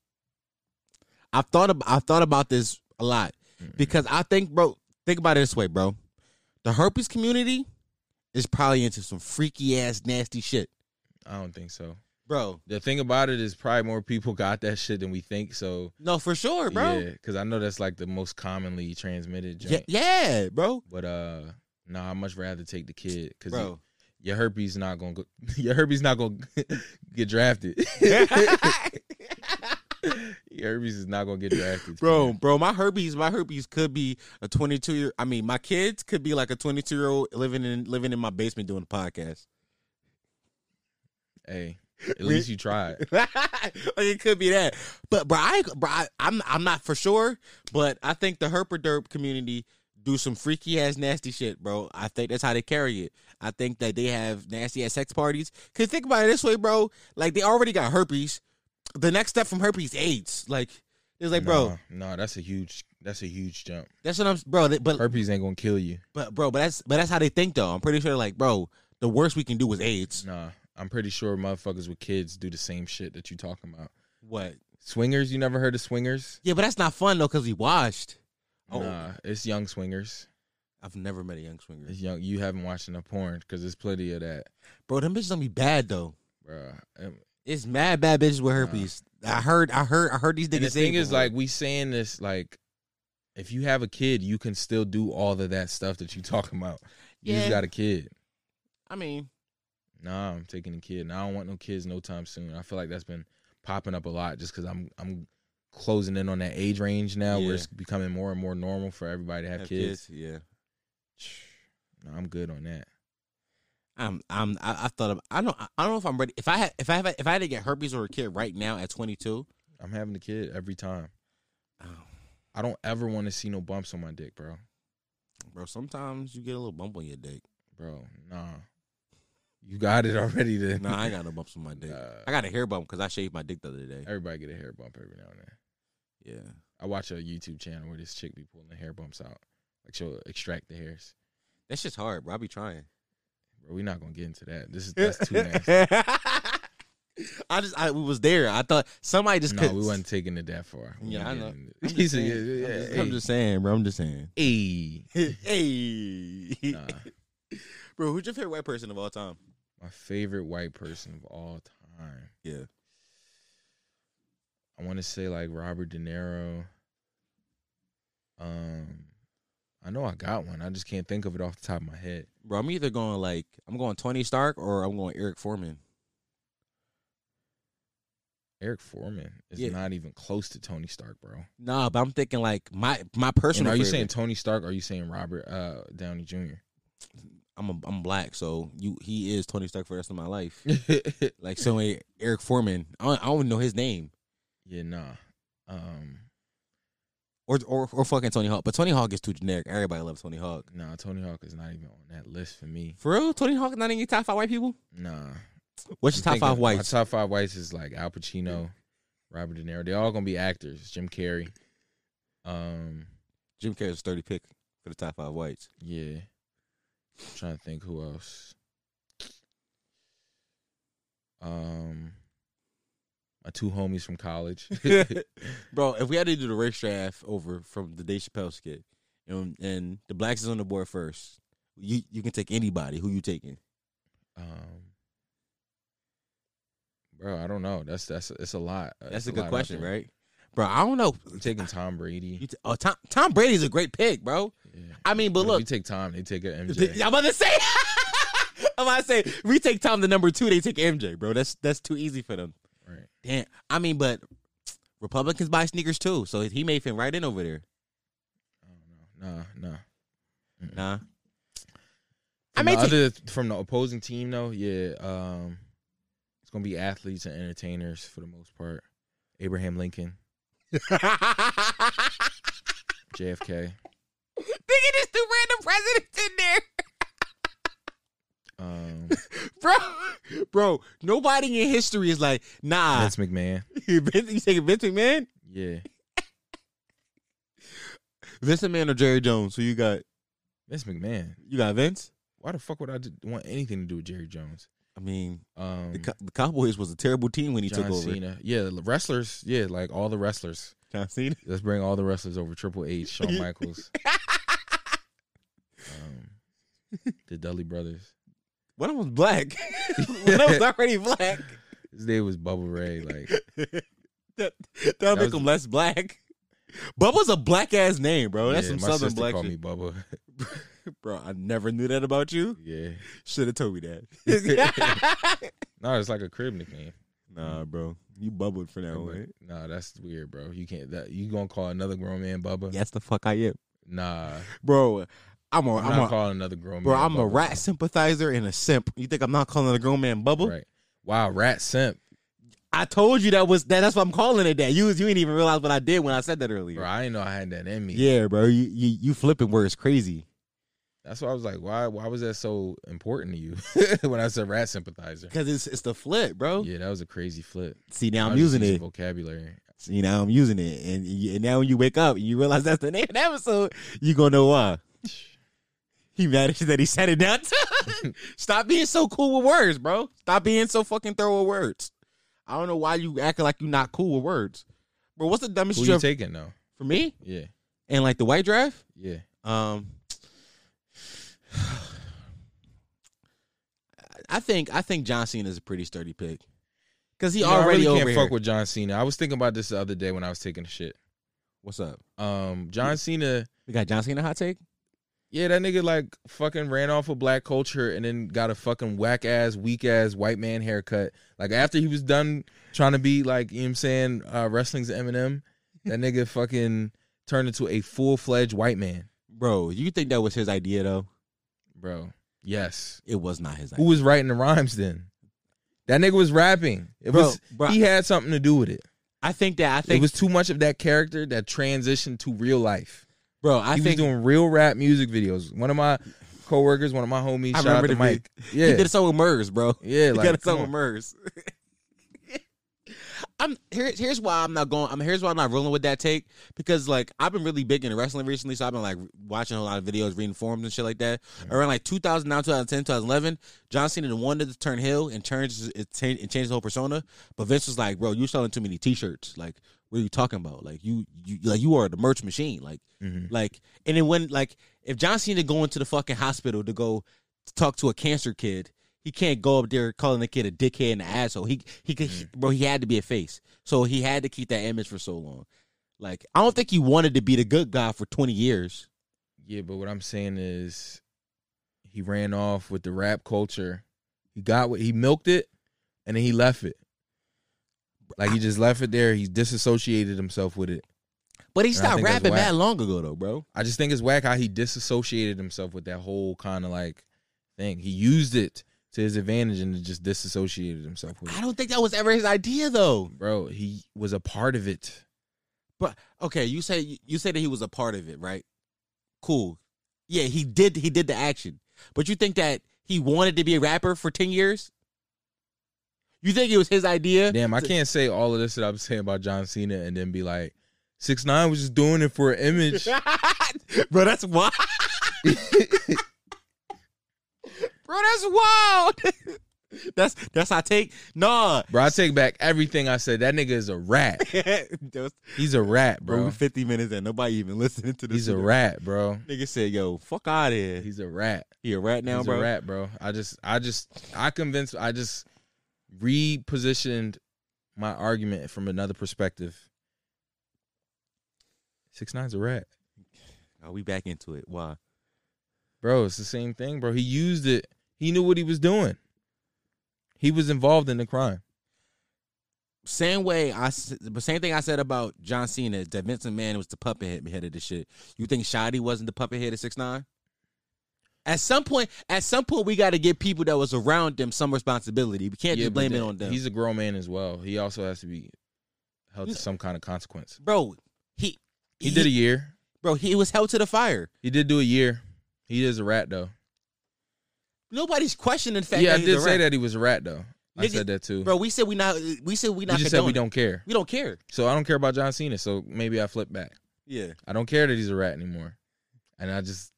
B: I've thought about I've thought about this a lot because I think, bro. Think about it this way, bro. The herpes community is probably into some freaky ass nasty shit,
C: I don't think so.
B: bro.
C: The thing about it is probably more people got that shit than we think. So
B: No, for sure,
C: yeah,
B: bro.
C: 'cause because I know that's like the most commonly transmitted
B: Yeah,
C: joint.
B: yeah, bro,
C: But uh, no, I much rather take the kid because
B: bro.
C: your herpes not gonna go, your herpes not gonna get drafted. your herpes is not gonna get drafted,
B: bro, bro, my herpes, my herpes could be a twenty-two year. I mean, my kids could be like a twenty-two year old living in living in my basement doing a podcast.
C: Hey, at least you tried.
B: like it could be that, but bro, I, bro, I, I'm I'm not for sure, but I think the herpaderp community do some freaky ass nasty shit, bro. I think that's how they carry it. I think that they have nasty ass sex parties. Cause think about it this way, bro. Like they already got herpes. The next step from herpes, AIDS. Like it's like, bro,
C: no, no, that's a huge, that's a huge jump.
B: that's what I'm, bro. They, but
C: Herpes ain't gonna kill you.
B: But bro, but that's but that's how they think though. I'm pretty sure like, bro, the worst we can do is AIDS.
C: Nah, I'm pretty sure motherfuckers with kids do the same shit that you talking about.
B: What?
C: Swingers, you never heard of swingers?
B: Yeah, but that's not fun though, cause we washed. Oh.
C: Nah, it's young swingers.
B: I've never met a young swinger.
C: It's young. You haven't watched enough porn because there's plenty of that,
B: Bro, them bitches don't be bad though.
C: bro. And
B: It's mad bad bitches with herpes. I heard I heard I heard these niggas
C: the
B: say
C: thing is,
B: before.
C: like, we saying this like. If you have a kid, you can still do all of that stuff that you talking about. You
B: Yeah.
C: just got a kid.
B: I mean,
C: Nah, I'm taking a kid. And I don't want no kids no time soon. I feel like that's been popping up a lot just because I'm I'm closing in on that age range now
B: Yeah.
C: where it's becoming more and more normal for everybody to have, kids.
B: Yeah.
C: No, I'm good on that.
B: I'm I'm I, I thought of, I don't I don't know if I'm ready. If I had if I had if I had to get herpes or a kid right now at twenty two,
C: I'm having a kid every time.
B: oh,
C: I don't ever want to see no bumps on my dick, bro.
B: bro, sometimes you get a little bump on your dick.
C: Bro, nah. You got it already then.
B: Nah, I ain't got no bumps on my dick.
C: Nah.
B: I got a hair bump because I shaved my dick the other day.
C: Everybody get a hair bump every now and then.
B: Yeah.
C: I watch a YouTube channel where this chick be pulling the hair bumps out. Like she'll extract the hairs.
B: That shit's hard, bro. I be trying.
C: Bro, we're not gonna get into that. This is that's too nasty.
B: I just I we was there. I thought somebody just
C: no,
B: couldn't.
C: we wasn't taking it that far. We
B: Yeah,
C: not
B: I know.
C: getting it.
B: I'm just
C: He said,
B: saying.
C: yeah,
B: I'm
C: yeah,
B: just-
C: hey.
B: I'm just saying, bro. I'm just saying.
C: Hey.
B: hey,
C: Nah,
B: bro, who's your favorite white person of all time?
C: my favorite white person of all time.
B: Yeah.
C: I want to say like Robert De Niro. Um, I know I got one. I just can't think of it off the top of my head.
B: Bro, I'm either going like I'm going Tony Stark or I'm going Eric Foreman.
C: Eric Foreman is
B: Yeah.
C: not even close to Tony Stark, bro.
B: Nah, but I'm thinking like my my
C: And
B: personal.
C: are you
B: favorite-
C: saying Tony Stark? Or are you saying Robert uh, Downey Jr.?
B: I'm a, I'm black, so you he is Tony Stark for the rest of my life. like so many- Eric Foreman. I don't, I don't even know his name
C: yeah, nah. Um,
B: or or or fucking Tony Hawk. But Tony Hawk is too generic. Everybody loves Tony Hawk.
C: nah. Tony Hawk is not even on that list for me.
B: For real, Tony Hawk not in your top five white people.
C: Nah.
B: What's your
C: I'm
B: top
C: thinking
B: five
C: My
B: whites?
C: top five whites is like Al Pacino, Robert De Niro. They're all gonna be actors. Jim Carrey. Um,
B: Jim Carrey's thirty pick for the top five whites.
C: yeah. I'm trying to think who else. Um, my two homies from college.
B: Bro, if we had to do the race draft over from the Dave Chappelle skit, and, and the blacks is on the board first, you you can take anybody. Who you taking?
C: um, bro, I don't know. That's that's it's a lot. Uh,
B: That's
C: It's
B: a
C: lot
B: good
C: out
B: question,
C: there.
B: right? Bro, I don't know.
C: I'm taking Tom
B: You uh,
C: Brady.
B: t- oh, Tom Tom Brady's a great pick, bro.
C: Yeah.
B: I mean, but
C: If
B: look,
C: you take time. They take an
B: Th-
C: MJ.
B: I'm about to say. I'm about to say we take Tom the number two. They take MJ, bro. That's that's too easy for them.
C: Right.
B: Damn. I mean, but Republicans buy sneakers too, so he may fit right in over there.
C: Nah, nah.
B: Nah. I
C: From
B: may
C: the
B: take.
C: other from the opposing team though, yeah, um, it's gonna be athletes and entertainers for the most part. Abraham Lincoln, JFK,
B: Thinking it's the random presidents in there,
C: um,
B: bro. Bro, nobody in history is like, nah.
C: Vince McMahon.
B: you taking Vince McMahon,
C: Yeah,
B: Vince McMahon or Jerry Jones? Who you got?
C: Vince McMahon.
B: You got Vince?
C: Why the fuck would I d- want anything to do with Jerry Jones?
B: I mean,
C: Um,
B: the, Co- the Cowboys was a terrible team when he
C: John
B: took over.
C: Cena. Yeah, the wrestlers. Yeah, like all the wrestlers.
B: John Cena.
C: Let's bring all the wrestlers over. Triple H, Shawn Michaels, um, the Dudley Brothers.
B: When I was black, when I was already black,
C: His name was Bubba Ray. Like
B: that, that'll make
C: was-
B: him less black. Bubba's a black ass name, bro. Oh, That's
C: yeah,
B: some
C: my
B: southern
C: sister
B: black
C: called
B: shit,
C: me Bubba.
B: bro. I never knew that about you.
C: yeah.
B: Should have told me that.
C: No, it's like a crib nickname.
B: nah, bro, you bubbled for that
C: No,
B: one.
C: nah, that's weird, bro. You can't. That you gonna call another grown man Bubba?
B: Yes, the fuck I am,
C: Nah,
B: bro. I'm a,
C: I'm,
B: I'm
C: not
B: a,
C: calling another grown
B: bro.
C: man.
B: I'm a
C: Bubba.
B: rat sympathizer and a simp. You think I'm not calling a grown man bubble?
C: Right. Wow, rat simp,
B: I told you that was that. That's what I'm calling it. That you was you ain't even realize what I did when I said that earlier.
C: bro. I didn't know I had that in me.
B: Yeah, bro. You you, you flipping words crazy.
C: That's why I was like, why? Why was that so important to you when I said rat sympathizer?
B: Cause it's it's the flip, bro.
C: Yeah, that was a crazy flip.
B: See now
C: I
B: I'm
C: was just
B: using it.
C: vocabulary.
B: See now I'm using it, and, you- and now when you wake up and you realize that's the name of the episode, you gonna know why. He mad at you that he said it down. Stop being so cool with words, bro. Stop being so fucking thorough with words. I don't know why you acting like you not cool with words, bro. What's the dumbest
C: Who
B: shit
C: you taking though?
B: for me?
C: Yeah,
B: And like the white draft,
C: yeah.
B: um, I think I think John Cena is a pretty sturdy pick because he
C: You know, I
B: already
C: really can't
B: over
C: fuck
B: here.
C: with John Cena. I was thinking about this the other day when I was taking a shit.
B: What's up?
C: Um, John Cena.
B: We got John Cena hot take.
C: Yeah, that nigga like fucking ran off of black culture and then got a fucking whack ass, weak ass white man haircut. Like after he was done trying to be like, you know what I'm saying, uh, wrestling's Eminem, that nigga fucking turned into a full fledged white man,
B: Bro, you think that was his idea though?
C: bro. Yes.
B: It was not his
C: Who
B: idea.
C: was writing the rhymes then? That nigga was rapping. It
B: Bro,
C: was
B: bro.
C: he had something to do with it.
B: I think that I
C: It
B: think
C: was too much of that character that transitioned to real life.
B: bro, I
C: he
B: think
C: was doing real rap music videos. One of my coworkers, one of my homies,
B: I
C: shout out
B: remember
C: to
B: the
C: Mike. Yeah.
B: he did a song with Murs, bro.
C: Yeah,
B: He
C: like
B: got a
C: come
B: song with
C: on.
B: Murs. I'm here, here's why I'm not going I'm here's why I'm not rolling with that take. Because like I've been really big into wrestling recently, so I've been like watching a lot of videos, reading forums and shit like that. Around like 2009, 2010, 2011, John Cena wanted to turn heel and turns it cha- and changed the whole persona. But Vince was like, "Bro, you selling too many T-shirts. Like, what are you talking about? Like, you, you like you are the merch machine. Like,
C: Mhm.
B: like, and then when like if John Cena going to the fucking hospital to go to talk to a cancer kid, he can't go up there calling the kid a dickhead and an asshole. He he could he- bro, he had to be a face, so he had to keep that image for so long. Like, I don't think he wanted to be the good guy for twenty years.
C: Yeah, but what I'm saying is he ran off with the rap culture. He got what he milked it and then he left it. Like he just left it there. He disassociated himself with it.
B: But he
C: And I
B: stopped
C: think that's
B: rapping
C: whack.
B: that long ago though, bro.
C: I just think it's whack how he disassociated himself with that whole kind of like thing. He used it to his advantage and just disassociated himself with
B: I
C: it.
B: don't think that was ever his idea though.
C: Bro, he was a part of it.
B: But okay, you say you say that he was a part of it, right? Cool. Yeah, he did he did the action. But you think that he wanted to be a rapper for 10 years? You think it was his idea?
C: Damn, I
B: to-
C: can't say all of this that I'm saying about John Cena and then be like, six nine was just doing it for an image.
B: Bro, that's wild. Bro, that's wild. that's that's our take. Nah.
C: Bro, I take back everything I said. That nigga is a rat.
B: Just-
C: He's a rat,
B: bro, we
C: bro.
B: 50 minutes and nobody even listening to this.
C: He's a
B: shit.
C: rat, bro.
B: Nigga said, yo, fuck out of here.
C: He's a rat.
B: He a rat now,
C: He's
B: bro.
C: a rat, bro. I just, I just, I convinced, I just repositioned my argument from another perspective. Six nine's a rat.
B: Are we back into it? Why?
C: Bro, it's the same thing, bro. He used it. He knew what he was doing. He was involved in the crime.
B: Same way I, s- but same thing I said about John Cena that Vincent Man was the puppet head- head of this shit. You think Shotty wasn't the puppet head of six nine? At some point, at some point, we got to give people that was around them some responsibility. We can't
C: Yeah,
B: just
C: but
B: blame it
C: then
B: on them.
C: He's a grown man as well. He also has to be held to some kind of consequence.
B: bro, he
C: He did a year.
B: bro. He was held to the fire.
C: He did do a year. He is a rat though.
B: Nobody's questioning the fact.
C: Yeah, I
B: that he's
C: did
B: a
C: say
B: rat.
C: that he was a rat though. I
B: Nigga,
C: said that too.
B: bro. We said we not. We said we
C: we
B: not.
C: just said we
B: condoning it.
C: don't care.
B: We don't care.
C: So I don't care about John Cena. So maybe I flip back.
B: Yeah,
C: I don't care that he's a rat anymore. And I just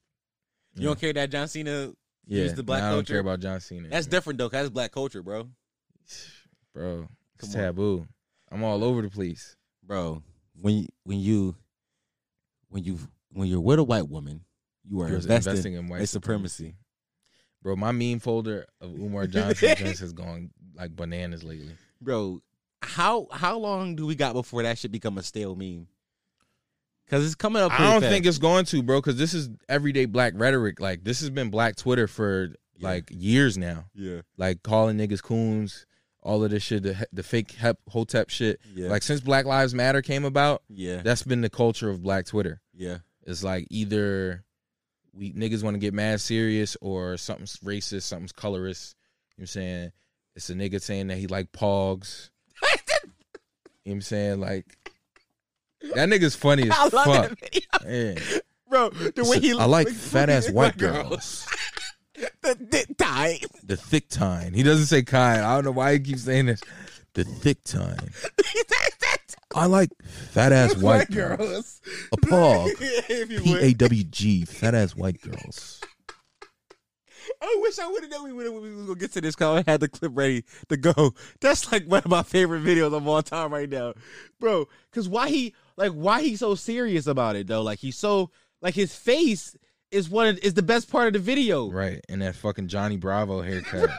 B: you don't care that John Cena.
C: yeah.
B: Use the black
C: now I don't
B: culture.
C: care about John Cena.
B: That's different though. 'cause That's black culture, bro.
C: bro. It's
B: Come on.
C: taboo. I'm all over the place.
B: bro. When you, when you when you when you're with a white woman, you are
C: You're
B: investing,
C: investing in
B: in
C: white
B: white supremacy.
C: Bro, my meme folder of Umar Johnson just has gone like bananas lately.
B: bro. How how long do we got before that should become a stale meme? Because it's coming up.
C: I
B: pretty
C: don't
B: fast.
C: think it's going to, bro, because this is everyday black rhetoric. Like this has been black Twitter for
B: Yeah.
C: like years now.
B: yeah,
C: Like calling niggas coons, all of this shit, the, the fake hep, hotep shit.
B: yeah,
C: Like since Black Lives Matter came about,
B: yeah,
C: that's been the culture of black Twitter.
B: yeah,
C: It's like either we niggas want to get mad serious or something's racist, something's colorist. You know what I'm saying? It's a nigga saying that he like pogs. you know what I'm saying? Like that nigga's funny as
B: I love
C: fuck.
B: that video,
C: Yeah.
B: bro. The way he
C: I like
B: looks-
C: fat ass white girls.
B: The dick tie.
C: The thick time. He doesn't say kind. I don't know why he keeps saying this. The thick time. I like fat ass white girls. A pog.
B: if you
C: P
B: would.
C: A W G. Fat ass white girls.
B: I wish I would have known we would we was gonna get to this because I had the clip ready to go. That's like one of my favorite videos of all time right now, bro. Because why he like why he so serious about it though? Like he's so like his face is one of, is the best part of the video.
C: Right, and that fucking Johnny Bravo haircut.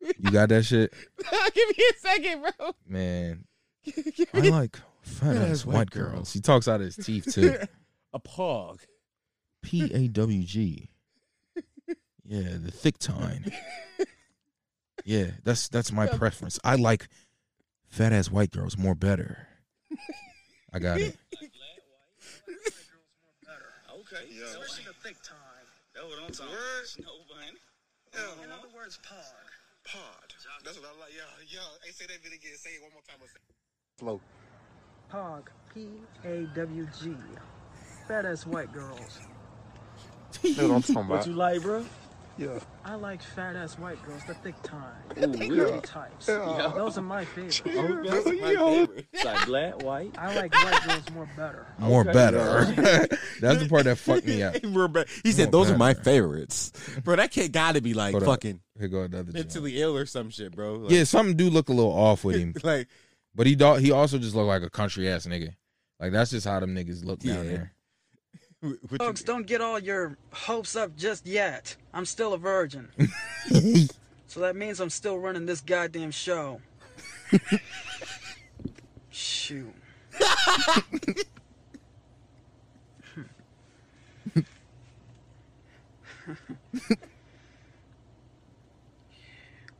C: you got that shit,
B: Give me a second, bro.
C: man.
B: Give
C: I
B: me
C: like fat ass white, girls. He talks out of his teeth too.
B: a pog.
C: P A W G. Yeah, the thick tine. Yeah, that's that's my preference. I like fat ass white girls more better. I got it.
E: Okay. Yeah. Especially the thick time. That's what I'm talking about. Snow bunny. Yeah. In other words, pod. Pod. That's what I like. Yo, yo. Hey, say that bit again. Say it one more time.
F: Pog, P A W G. Fat ass white girls. What you like, bro?
E: Yeah.
F: I like fat ass white girls, the thick time. Curly types. Those are my favorite. I like white girls more better.
C: More better. that's the part that fucked me up.
B: We're back. He said
C: More
B: those are my
C: better.
B: favorites, bro. That kid gotta be like
C: Hold up.
B: fucking
C: Here go another. joint.
B: mentally ill or some shit, bro. Like,
C: Yeah, something do look a little off with him.
B: like
C: But he do- he also just looked like a country ass nigga. Like that's just how them niggas look down
B: Yeah. what
C: there.
B: you-
F: Folks, don't get all your hopes up just yet. I'm still a virgin. so that means I'm still running this goddamn show. Shoot.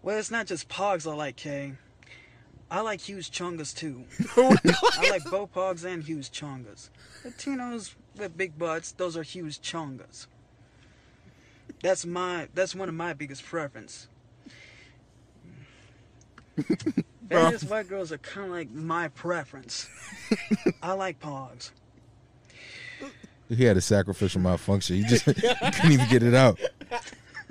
F: well, it's not just pogs I like, Kay. I like huge chungas too. I like bow pogs and huge chongas. Latinos with big butts, those are huge chongas. That's my that's one of my biggest preference. Various white girls are kind of like my preference. I like pogs.
C: He had a sacrificial malfunction. He just he couldn't even get it out.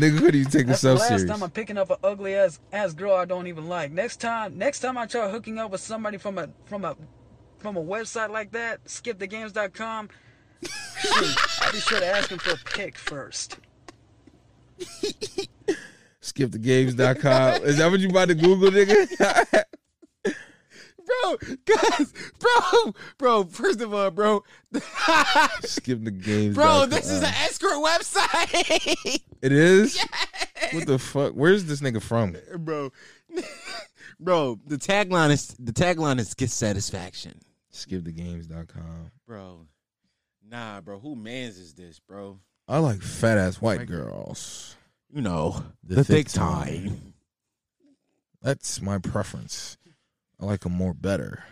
C: nigga couldn't even take
F: That's the
C: himself
F: last
C: serious.
F: time I'm picking up an ugly ass ass girl I don't even like. Next time, next time I try hooking up with somebody from a from a from a website like that, skipthegames.com. shoot, I'll be sure to ask him for a pic first.
C: SkipTheGames.com. Is that what you about to Google, nigga?
B: bro, guys, bro, bro. First of all, bro,
C: SkipTheGames.
B: bro, this is an escort website,
C: It is. What the fuck? Where's this nigga from?
B: bro. bro, the tagline is the tagline is get satisfaction.
C: Skipthegames.com.
B: bro. Nah, bro. Who mans is this, bro?
C: I like fat ass white girls.
B: You know,
C: The thick time. That's my preference. I like them more better.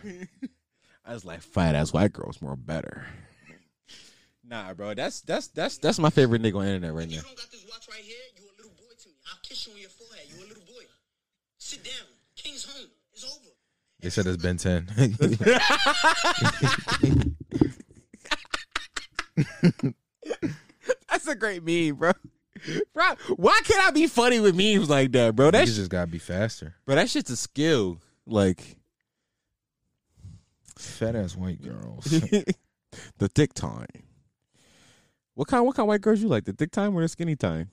B: I was like, fat ass white girls more better. nah, bro. That's that's that's that's my favorite nigga on the internet right
E: You
B: now.
E: don't got this watch right here. You a little boy to me. I'll kiss you on your forehead. You a little boy. Sit down. King's home. It's over.
C: They said it's Ben 10.
B: That's a great meme, bro. Bro, why can't I be funny with memes like that, bro?
C: Niggas
B: That's
C: just gotta be faster.
B: bro. That shit's a skill. Like
C: Fat ass white girls.
B: the thick time. What kind? What kind of white girls you like? The thick time or the skinny time?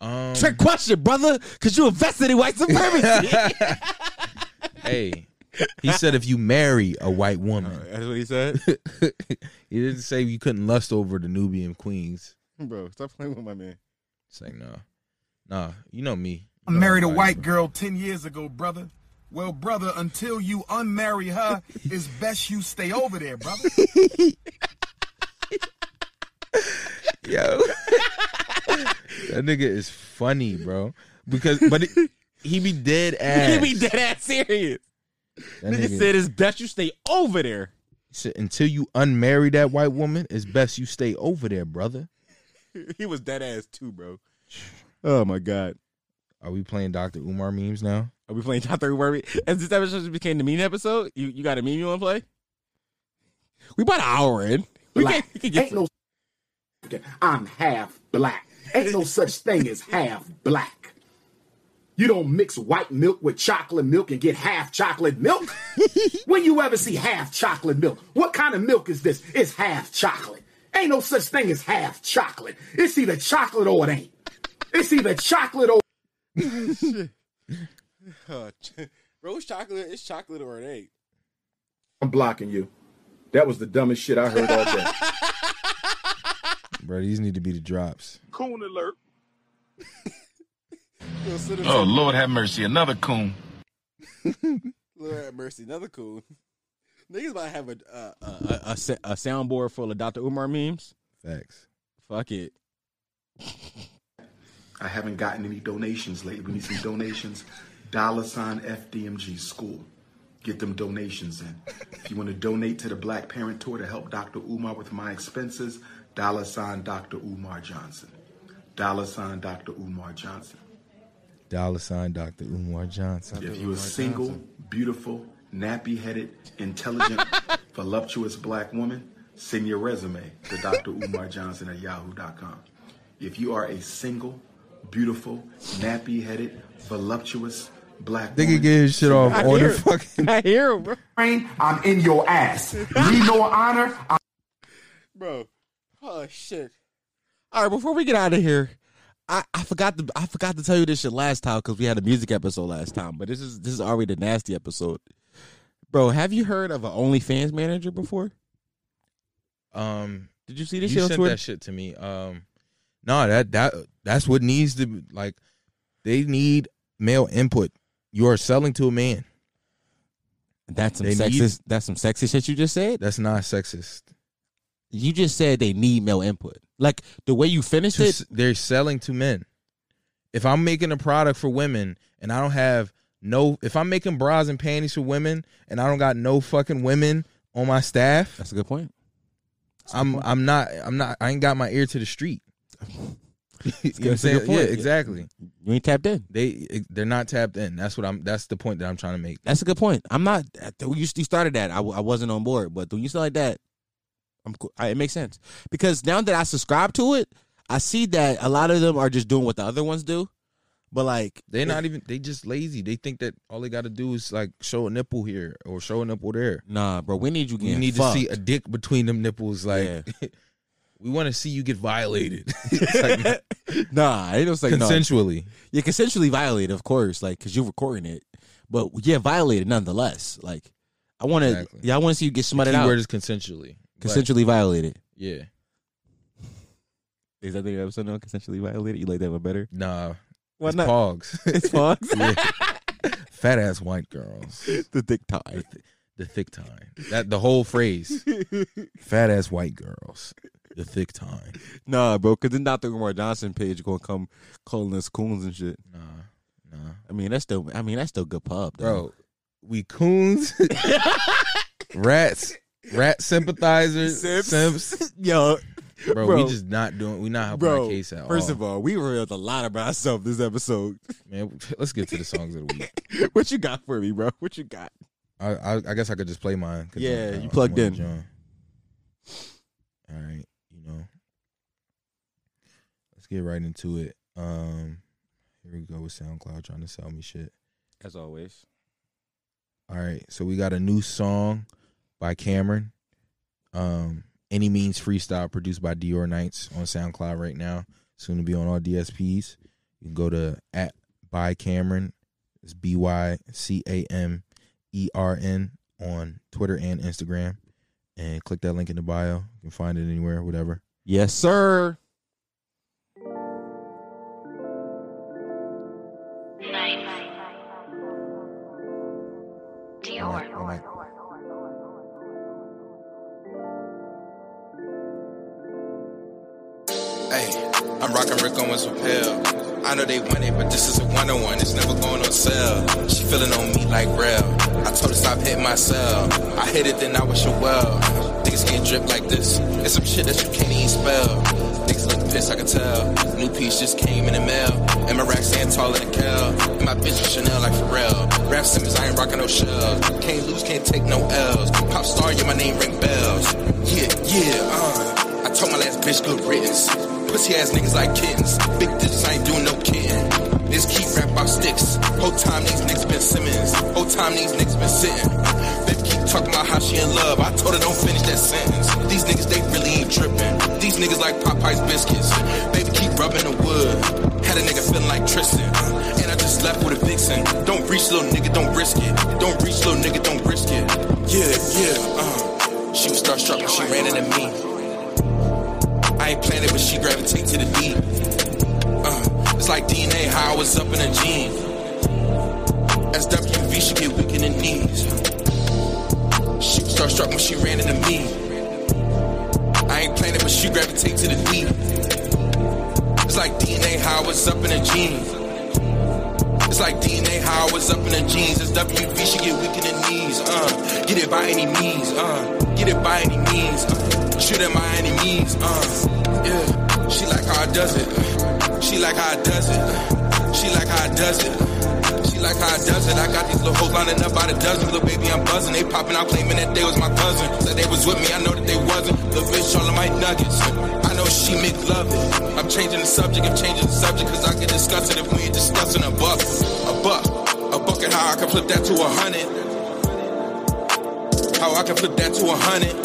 C: Um,
B: Trick question, brother. Cause you invested in white supremacy.
C: hey, he said if you marry a white woman,
B: That's what he said.
C: he didn't say you couldn't lust over the Nubian queens.
B: Bro, stop playing with my man.
C: It's like nah, nah. You know me.
G: I married a white girl 10 years ago, brother. Well, brother, until you unmarry her, it's best you stay over there, brother.
C: Yo, that nigga is funny, bro. Because but it, he be dead ass.
B: He be dead ass serious.
C: That
B: Nigga
C: nigga-
B: said it's best you stay over there.
C: he said, until you unmarry that white woman, it's best you stay over there, brother.
B: He was dead ass too, bro. Oh my god.
C: Are we playing Dr. Umar memes now?
B: Are we playing top three worry? As this episode just became the meme episode, you, you got a meme you wanna play? We about an hour in. We can, we can get
H: Ain't no I'm half black. Ain't no such thing as half black. You don't mix white milk with chocolate milk and get half chocolate milk. when you ever see half chocolate milk, what kind of milk is this? It's half chocolate. Ain't no such thing as half chocolate. It's either chocolate or it ain't. It's either chocolate or
B: Uh, ch- bro, it's chocolate. It's chocolate or it ain't.
H: I'm blocking you. That was the dumbest shit I heard all day.
C: Bro, these need to be the drops.
G: Coon alert.
B: Yo, send him
G: Oh,
B: some-
G: Lord have mercy, another coon.
B: Lord have mercy. Another cool. Niggas about to have a uh, a, a, a, sa- a soundboard full of Dr. Umar memes.
C: Facts.
B: Fuck it.
H: I haven't gotten any donations lately. We need some donations. Dollar sign FDMG school. Get them donations in. If you want to donate to the Black Parent Tour to help Dr. Umar with my expenses, dollar sign Dr. Umar Johnson. Dollar sign Dr. Umar Johnson.
C: Dollar sign Dr. Umar Johnson.
H: If you're a single, beautiful, nappy headed, intelligent, voluptuous black woman, send your resume to Dr. Umar Johnson at yahoo.com. If you are a single, beautiful, nappy headed, voluptuous black
C: Nigga
H: woman,
C: get his shit off on the
B: hear it.
C: fucking.
B: I hear him, bro.
H: train, I'm in your ass. Need no honor. I'm
B: bro. Oh shit. All right, before we get out of here, I, I forgot to I forgot to tell you this shit last time because we had a music episode last time, but this is this is already the nasty episode. Bro, have you heard of an OnlyFans manager before?
C: Um,
B: Did you see
C: you
B: this shit on
C: sent
B: Twitter?
C: that shit to me. Um, no, that that that's what needs to be- like. They need male input. You are selling to a man.
B: that's some
C: They
B: sexist.
C: need-
B: That's some sexy shit you just said.
C: That's not sexist.
B: You just said they need male input. Like the way you finished
C: To
B: it,
C: s- they're selling to men. If I'm making a product for women and I don't have no, if I'm making bras and panties for women and I don't got no fucking women on my staff,
B: that's a good point.
C: I'm I'm not I'm not I ain't got my ear to the street. you know what I'm
B: That's a good
C: saying? Yeah,
B: point.
C: exactly.
B: You ain't tapped in.
C: They they're not tapped in. That's what I'm. That's the point that I'm trying to make.
B: That's a good point. I'm not. When you you started that, I, w- I wasn't on board. But when you said like that, I'm cool. I, it makes sense because now that I subscribe to it, I see that a lot of them are just doing what the other ones do. But like,
C: They're not even. They just lazy. They think that all they got to do is like show a nipple here or show a nipple there.
B: nah, bro. We need you.
C: You
B: Getting
C: need
B: fucked.
C: to see uh, a dick between them nipples. Like we want to see you get violated. It's like,
B: nah. It was like no.
C: consensually.
B: You're consensually violated, of course, like because you're recording it. But yeah, violated nonetheless. Like, I want to.
C: Exactly.
B: Yeah, I want to see you get smutted out.
C: Keyword is consensually. But,
B: Consensually violated.
C: yeah.
B: Is that the episode? No, consensually violated. You like that one better?
C: Nah.
B: Why
C: it's
B: not?
C: Pogs.
B: It's Fox.
C: Fat ass white girls.
B: the dick tie.
C: the thick time. That the whole phrase. Fat ass white girls. The thick time.
B: Nah, bro, because then Dr. Umar Johnson page gonna come calling us coons and shit.
C: Nah, nah.
B: I mean, that's still, I mean, that's still good pub, though.
C: Bro, we coons, rats, rat sympathizers,
B: Simps.
C: simps.
B: yo,
C: Bro,
B: Bro.
C: we just not doing we not helping
B: bro.
C: our case out.
B: First of all, we revealed a lot about ourselves this episode.
C: man, let's get to the songs of the week.
B: what you got for me, bro? What you got?
C: I, I, I guess I could just play mine. 'cause
B: Yeah,
C: I- I-
B: you plugged
C: I'm on
B: in.
C: John. All right, you know. Let's get right into it. Um, here we go with SoundCloud trying to sell me shit.
B: As always,
C: All right, so we got a new song by Cameron. Um, Any Means Freestyle, produced by Dior Knights on SoundCloud right now. Soon to be on all DSPs. You can go to at by Cameron. It's B Y C A M E R N on Twitter and Instagram. And click that link in the bio. You can find it anywhere, whatever.
B: yes, sir.
C: Alright, alright.
I: Hey, I'm rocking Rick Owens with Pell. I know they want it, but this is a one on one. It's never going on sale. She feeling on me like real. I told her stop hitting myself. I hit it, then I wish her well. Niggas get dripped like this. It's some shit that you can't even spell. Niggas look pissed, I can tell. New piece just came in the mail. And my rack stand taller than Kel. And my bitch with Chanel like Pharrell. Rap Simmons, I ain't rocking no shells. Can't lose, can't take no L's. Pop star, yeah, my name ring bells. Yeah, yeah, uh. I told my last bitch good riddance. Pussy ass niggas like kittens. Big ditches, I ain't doing no kidding. This keep rap about sticks. Whole time these niggas been Simmons. Whole time these niggas been sitting. They keep talking about how she in love. I told her don't finish that sentence. These niggas, they really ain't tripping. These niggas like Popeye's biscuits. Baby, keep rubbing the wood. Had a nigga feeling like Tristan. And I just left with a vixen. Don't reach, little nigga, don't risk it. Don't reach, little nigga, don't risk it. Yeah, yeah, uh. She was starstruck when she ran into me. I ain't planted, but she gravitate to the deep. Uh, it's like DNA, how I was up in a gene. As WV, she get weak in the knees. She was starstruck when she ran into me. I ain't planted, but she gravitate to the deep. It's like DNA, how I was up in a gene. It's like DNA, how I was up in the jeans. It's WV, she get weak in the knees. Uh, get it by any means. Uh, get it by any means. Uh, shoot at my enemies. Uh, yeah. She like how I does it. uh, She like how I does it. uh, She like how I does it. uh, She like how I does it. I got these little hoes lining up by the dozen. Little baby, I'm buzzing. They popping out claiming that they was my cousin. Said they was with me. I know that they wasn't. Little bitch, all of my nuggets. I know she make love it. I'm changing the subject. I'm changing the subject because I can discuss it if we ain't discussing a buck. A buck. A bucket. How I can flip that to a hundred. How I can flip that to a hundred.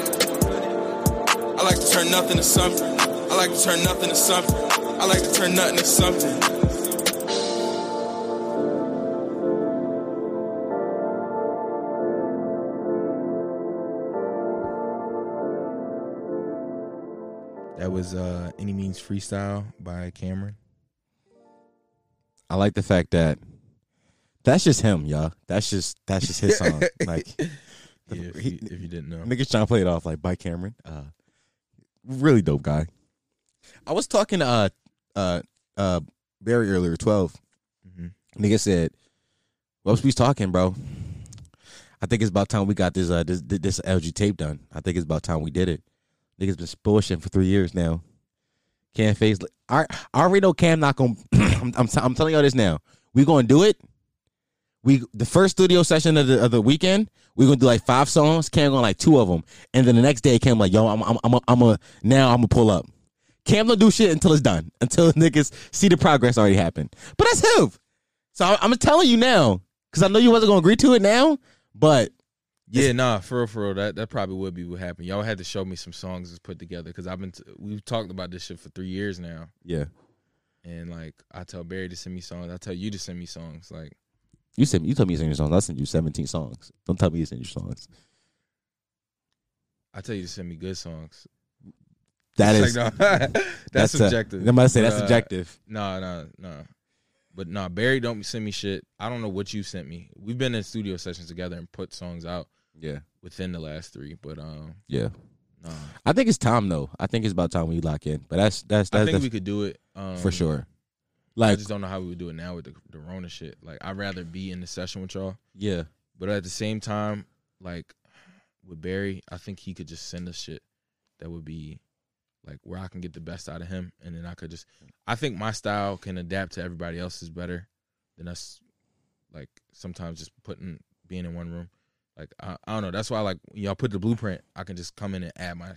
I: I like to turn nothing to something. I like to turn nothing to something. I like to turn nothing to something.
C: That was uh Any Means Freestyle by Cameron.
B: I like the fact that that's just him, y'all. That's just that's just his song. like
C: Yeah, if,
B: he-
C: you, if you didn't know.
B: niggas trying to play it off like by Cameron. Uh, really dope guy. I was talking to uh uh uh Barry earlier, twelve.
C: Mhm.
B: Nigga said, "What we talking, bro? I think it's about time we got this uh this this LG tape done. I think it's about time we did it. Niggas been bullshitting for three years now. Cam face. I I already know Cam not gonna. I'm, I'm t- I'm telling y'all this now. We gonna do it. We the first studio session of the of the weekend. We gonna do like five songs. Cam gonna like two of them, and then the next day Cam like yo I'm I'm I'm a, I'm a now I'm gonna pull up. Cam don't do shit until it's done. Until niggas see the progress already happened. But that's him. So I, I'm telling you now, because I know you wasn't gonna agree to it now, but
C: Yeah, nah, for real, for real. That that probably would be what happened. Y'all had to show me some songs that's put together because I've been t- we've talked about this shit for three years now,
B: yeah,
C: and like I tell Barry to send me songs, I tell you to send me songs. Like
B: you said you told me you sent your songs. I sent you 17 songs. Don't tell me you sent your songs.
C: I tell you to send me good songs.
B: That
C: It's
B: is
C: like, nah, that's,
B: that's uh,
C: subjective.
B: I'm about to say
C: But,
B: that's
C: uh,
B: subjective.
C: Nah, nah, nah. But nah, Barry don't send me shit. I don't know what you sent me. We've been in studio sessions together and put songs out.
B: Yeah.
C: within the last three. But um,
B: Yeah.
C: no,
B: I think it's time though. I think it's about time we lock in. But that's that's
C: I
B: that's,
C: think
B: that's
C: we could do it um,
B: for sure.
C: I
B: Like
C: just don't know how we would do it now with the the Rona shit. Like I'd rather be in the session with y'all,
B: yeah.
C: but at the same time, like with Barry, I think he could just send us shit that would be like where I can get the best out of him, and then I could just. I think my style can adapt to everybody else's better than us. Like sometimes just putting being in one room, like I, I don't know. That's why like when y'all put the blueprint. I can just come in and add my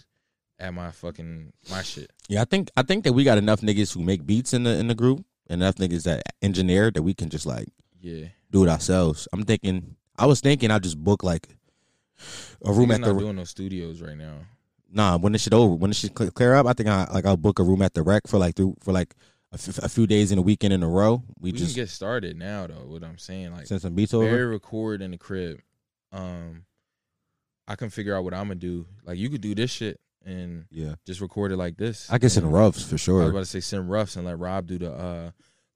C: add my fucking my shit.
B: Yeah, I think I think that we got enough niggas who make beats in the in the group and enough niggas that engineer that we can just like
C: Yeah,
B: do it ourselves. I'm thinking I was thinking I'll just book like a room
C: we're
B: at
C: not
B: the
C: doing no studios right now.
B: nah when this shit over when this shit cl- clear up I think I like I'll book a room at the rec for like through for like a, f- a few days in a weekend in a row. We,
C: We,
B: just
C: can get started now though. What I'm saying, like
B: send some beats over.
C: Barry record in the crib. Um, I can figure out what I'm gonna do. Like you could do this shit and
B: yeah,
C: just record it like this.
B: I can send
C: And
B: roughs for
C: I was
B: sure.
C: about to say send roughs and let Rob do the uh,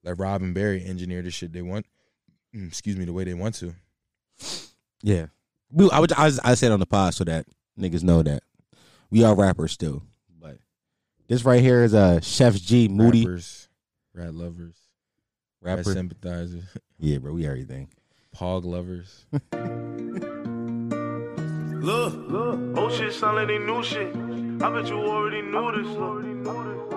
C: let Rob and Barry engineer the shit they want. Mm, Excuse me, the way they want to.
B: Yeah, we, I would I, was- I said on the pod so that niggas know that we are rappers still. But this right here is a uh, Chef G Moody
C: Rappers, rat lovers, rat
B: rapper.
C: sympathizers,
B: Yeah, bro, we everything.
C: pog lovers.
G: Look, look, old shit sound like they new shit. I bet you already knew this.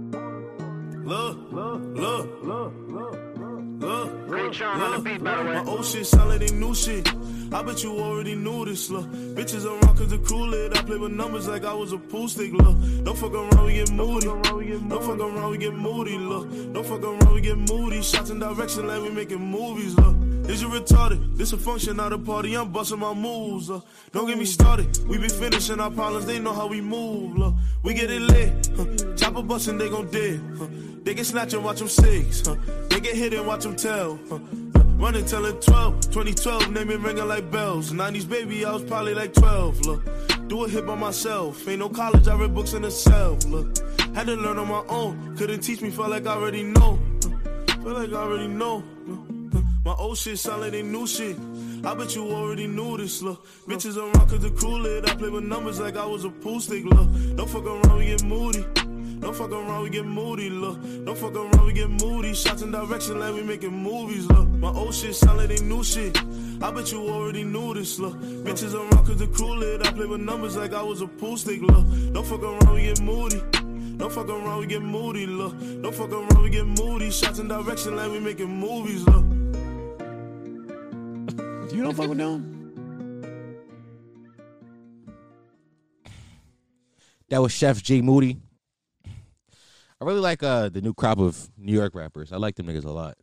G: Look, look, look, look, look. Great John on the beat, by the way. My old shit sound like they new shit. I bet you already knew this, look. Bitches around cause the crew lit. I play with numbers like I was a pool stick, look. Don't fuck around, we get moody. Don't fuck around, we get moody, look. Don't fuck around, we get moody. Shots in direction like we making movies, look. Is you retarded? This a function, not a party. I'm busting my moves. Uh. Don't get me started. We be finishing our problems. They know how we move. Uh. We get it lit. Huh. Chopper busting, they gon' dig. Huh. They get snatch and watch them six. Huh. They get hit and watch them tell. Huh. Running till it 12. 2012, name it ringing like bells. 90s baby, I was probably like 12. Look. Do a hit by myself. Ain't no college, I read books in a cell. Look. Had to learn on my own. Couldn't teach me, felt like I already know. Huh. Feel like I already know. Mm-hmm. My old shit sound like they new shit. I bet you already knew this, look. Bitches around cause the crew lit. I play with numbers like I was a pool stick, look. Don't fuck around, we get moody. Don't fuck around, we get moody, look. Don't fuck around, we get moody. Shots in direction like we making movies, look. My old shit sound like they new shit. I bet you already knew this, look. Bitches around cause the crew lit. I play with numbers like I was a pool stick, look. Don't fuck around, we get moody. Don't fuck around, we get moody, look. Don't fuck around, we get moody. Shots in direction like we making movies, look.
J: You don't fuck with them?
B: That was Chef G Moody. I really like uh the new crop of New York rappers. I like them niggas a lot.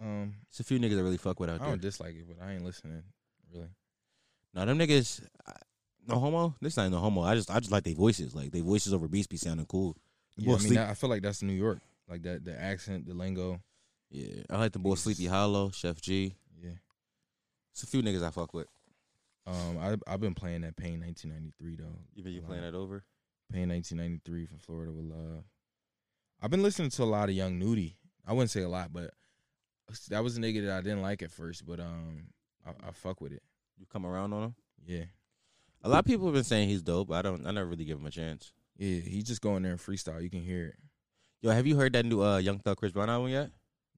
B: Hmm.
C: Um,
B: It's a few niggas I really fuck with out
C: I
B: there.
C: don't dislike it, but I ain't listening really.
B: No, them niggas, I- no homo. This ain't no homo. I just I just like their voices. Like their voices over beats be sounding cool. The
C: Yeah,
B: boy
C: I mean,
B: Sleep-
C: that, I feel like that's New York. Like that, the accent, the lingo.
B: yeah, I like the boy Sleepy Hollow, Chef G.
C: Yeah.
B: It's a few niggas I fuck with.
C: Um, I I've been playing that Pain 1993 though.
B: You been you
C: Wow.
B: playing that over?
C: Pain 1993 from Florida with Love. I've been listening to a lot of Young Nudie. I wouldn't say a lot, but that was a nigga that I didn't like at first, but um, I, I fuck with it.
B: You come around on him.
C: Yeah,
B: A lot of people have been saying he's dope. I don't. I never really give him a chance.
C: yeah. He just go in there and freestyle. You can hear it.
B: Yo, have you heard that new uh Young Thug Chris Brown album yet?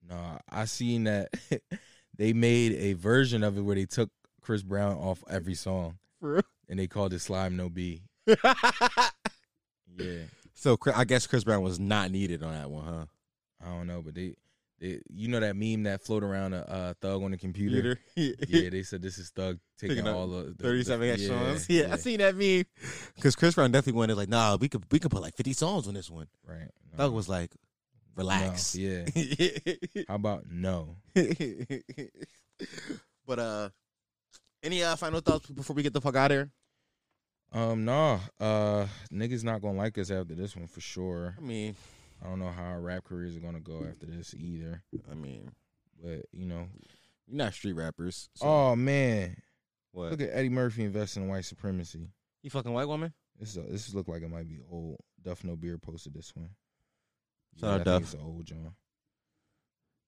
C: Nah, I seen that they made a version of it where they took Chris Brown off every song, and they called it Slime No B. Yeah,
B: So Chris- I guess Chris Brown was not needed on that one, huh?
C: I don't know, but they, they you know that meme that float around a uh, thug on the computer.
B: Peter.
C: Yeah, they said this is Thug taking,
B: Taking out
C: all the, the- the-
B: 37 extra songs. Yeah, I
C: yeah,
B: seen that meme. Because Chris Brown definitely wanted like, nah, we could we could put like 50 songs on this one.
C: right. no,
B: Thug was like,
C: no,
B: relax.
C: yeah. How about no?
B: but uh any uh final thoughts before we get the fuck out of here?
C: Um, nah. Uh, niggas not gonna like us after this one for sure.
B: I mean,
C: I don't know how our rap careers are gonna go after this either.
B: I mean,
C: But you know,
B: you're not street rappers. So
C: oh man,
B: what?
C: look at Eddie Murphy investing in white supremacy.
B: You fucking white woman?
C: This is a, this look like it might be old. Duff No Beard posted this one.
B: Shout out
C: I
B: Duff.
C: Think it's an old John.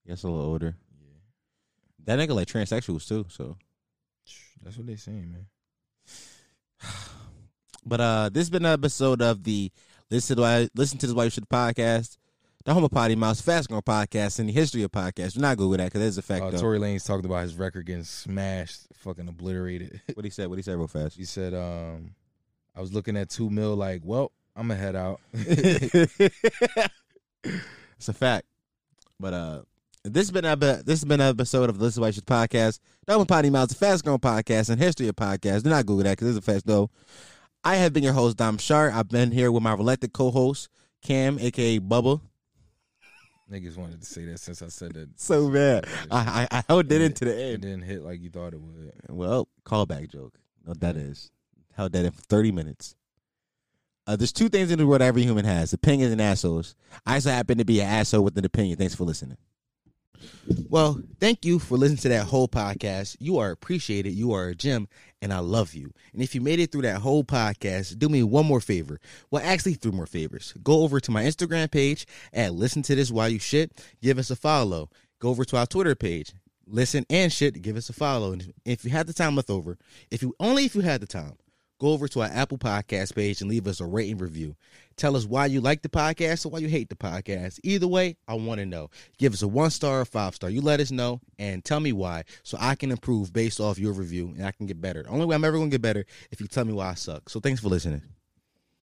B: Yes, a little older.
C: Yeah.
B: That nigga like transsexuals too, so
C: That's what they saying, man.
B: But uh, this has been an episode of the Listen to Why Listen to This Why You Should podcast, the Homo Potty Mouse Fast Growing Podcast, and the history of podcasts. Do not Google that because it's a fact.
C: Uh,
B: though.
C: Tory Lane's talking about his record getting smashed, fucking obliterated.
B: what he said? What he said real fast?
C: He said, um, I was looking at two mil like, well, I'm gonna head out.
B: it's a fact. But uh, this has been a this has been an episode of the Listen to Why You Should podcast, the Homo Potty Mouse Fast Growing Podcast, and history of podcasts. Do not Google that because it's a fact though. I have been your host Dom Shar. I've been here with my reluctant co-host Cam, aka Bubba.
C: Niggas wanted to say that since I said that.
B: So bad. I, I I held it into the
C: It
B: end.
C: didn't hit like you thought it would.
B: Well, callback joke. No, that is held that in for thirty minutes. Uh, there's two things in the world every human has: opinions and assholes. I just happen to be an asshole with an opinion. Thanks for listening.
A: Well, thank you for listening to that whole podcast. You are appreciated. You are a gem, and I love you. And if you made it through that whole podcast, do me one more favor. Well, actually, three more favors. Go over to my Instagram page at Listen to This While You Shit. Give us a follow. Go over to our Twitter page. Listen and shit. Give us a follow. And if you had the time left over, if you only if you had the time, go over to our Apple Podcast page and leave us a rating review. Tell us why you like the podcast or why you hate the podcast. Either way, I want to know. Give us a one star or five star. You let us know and tell me why so I can improve based off your review and I can get better. The only way I'm ever going to get better if you tell me why I suck. So thanks for listening.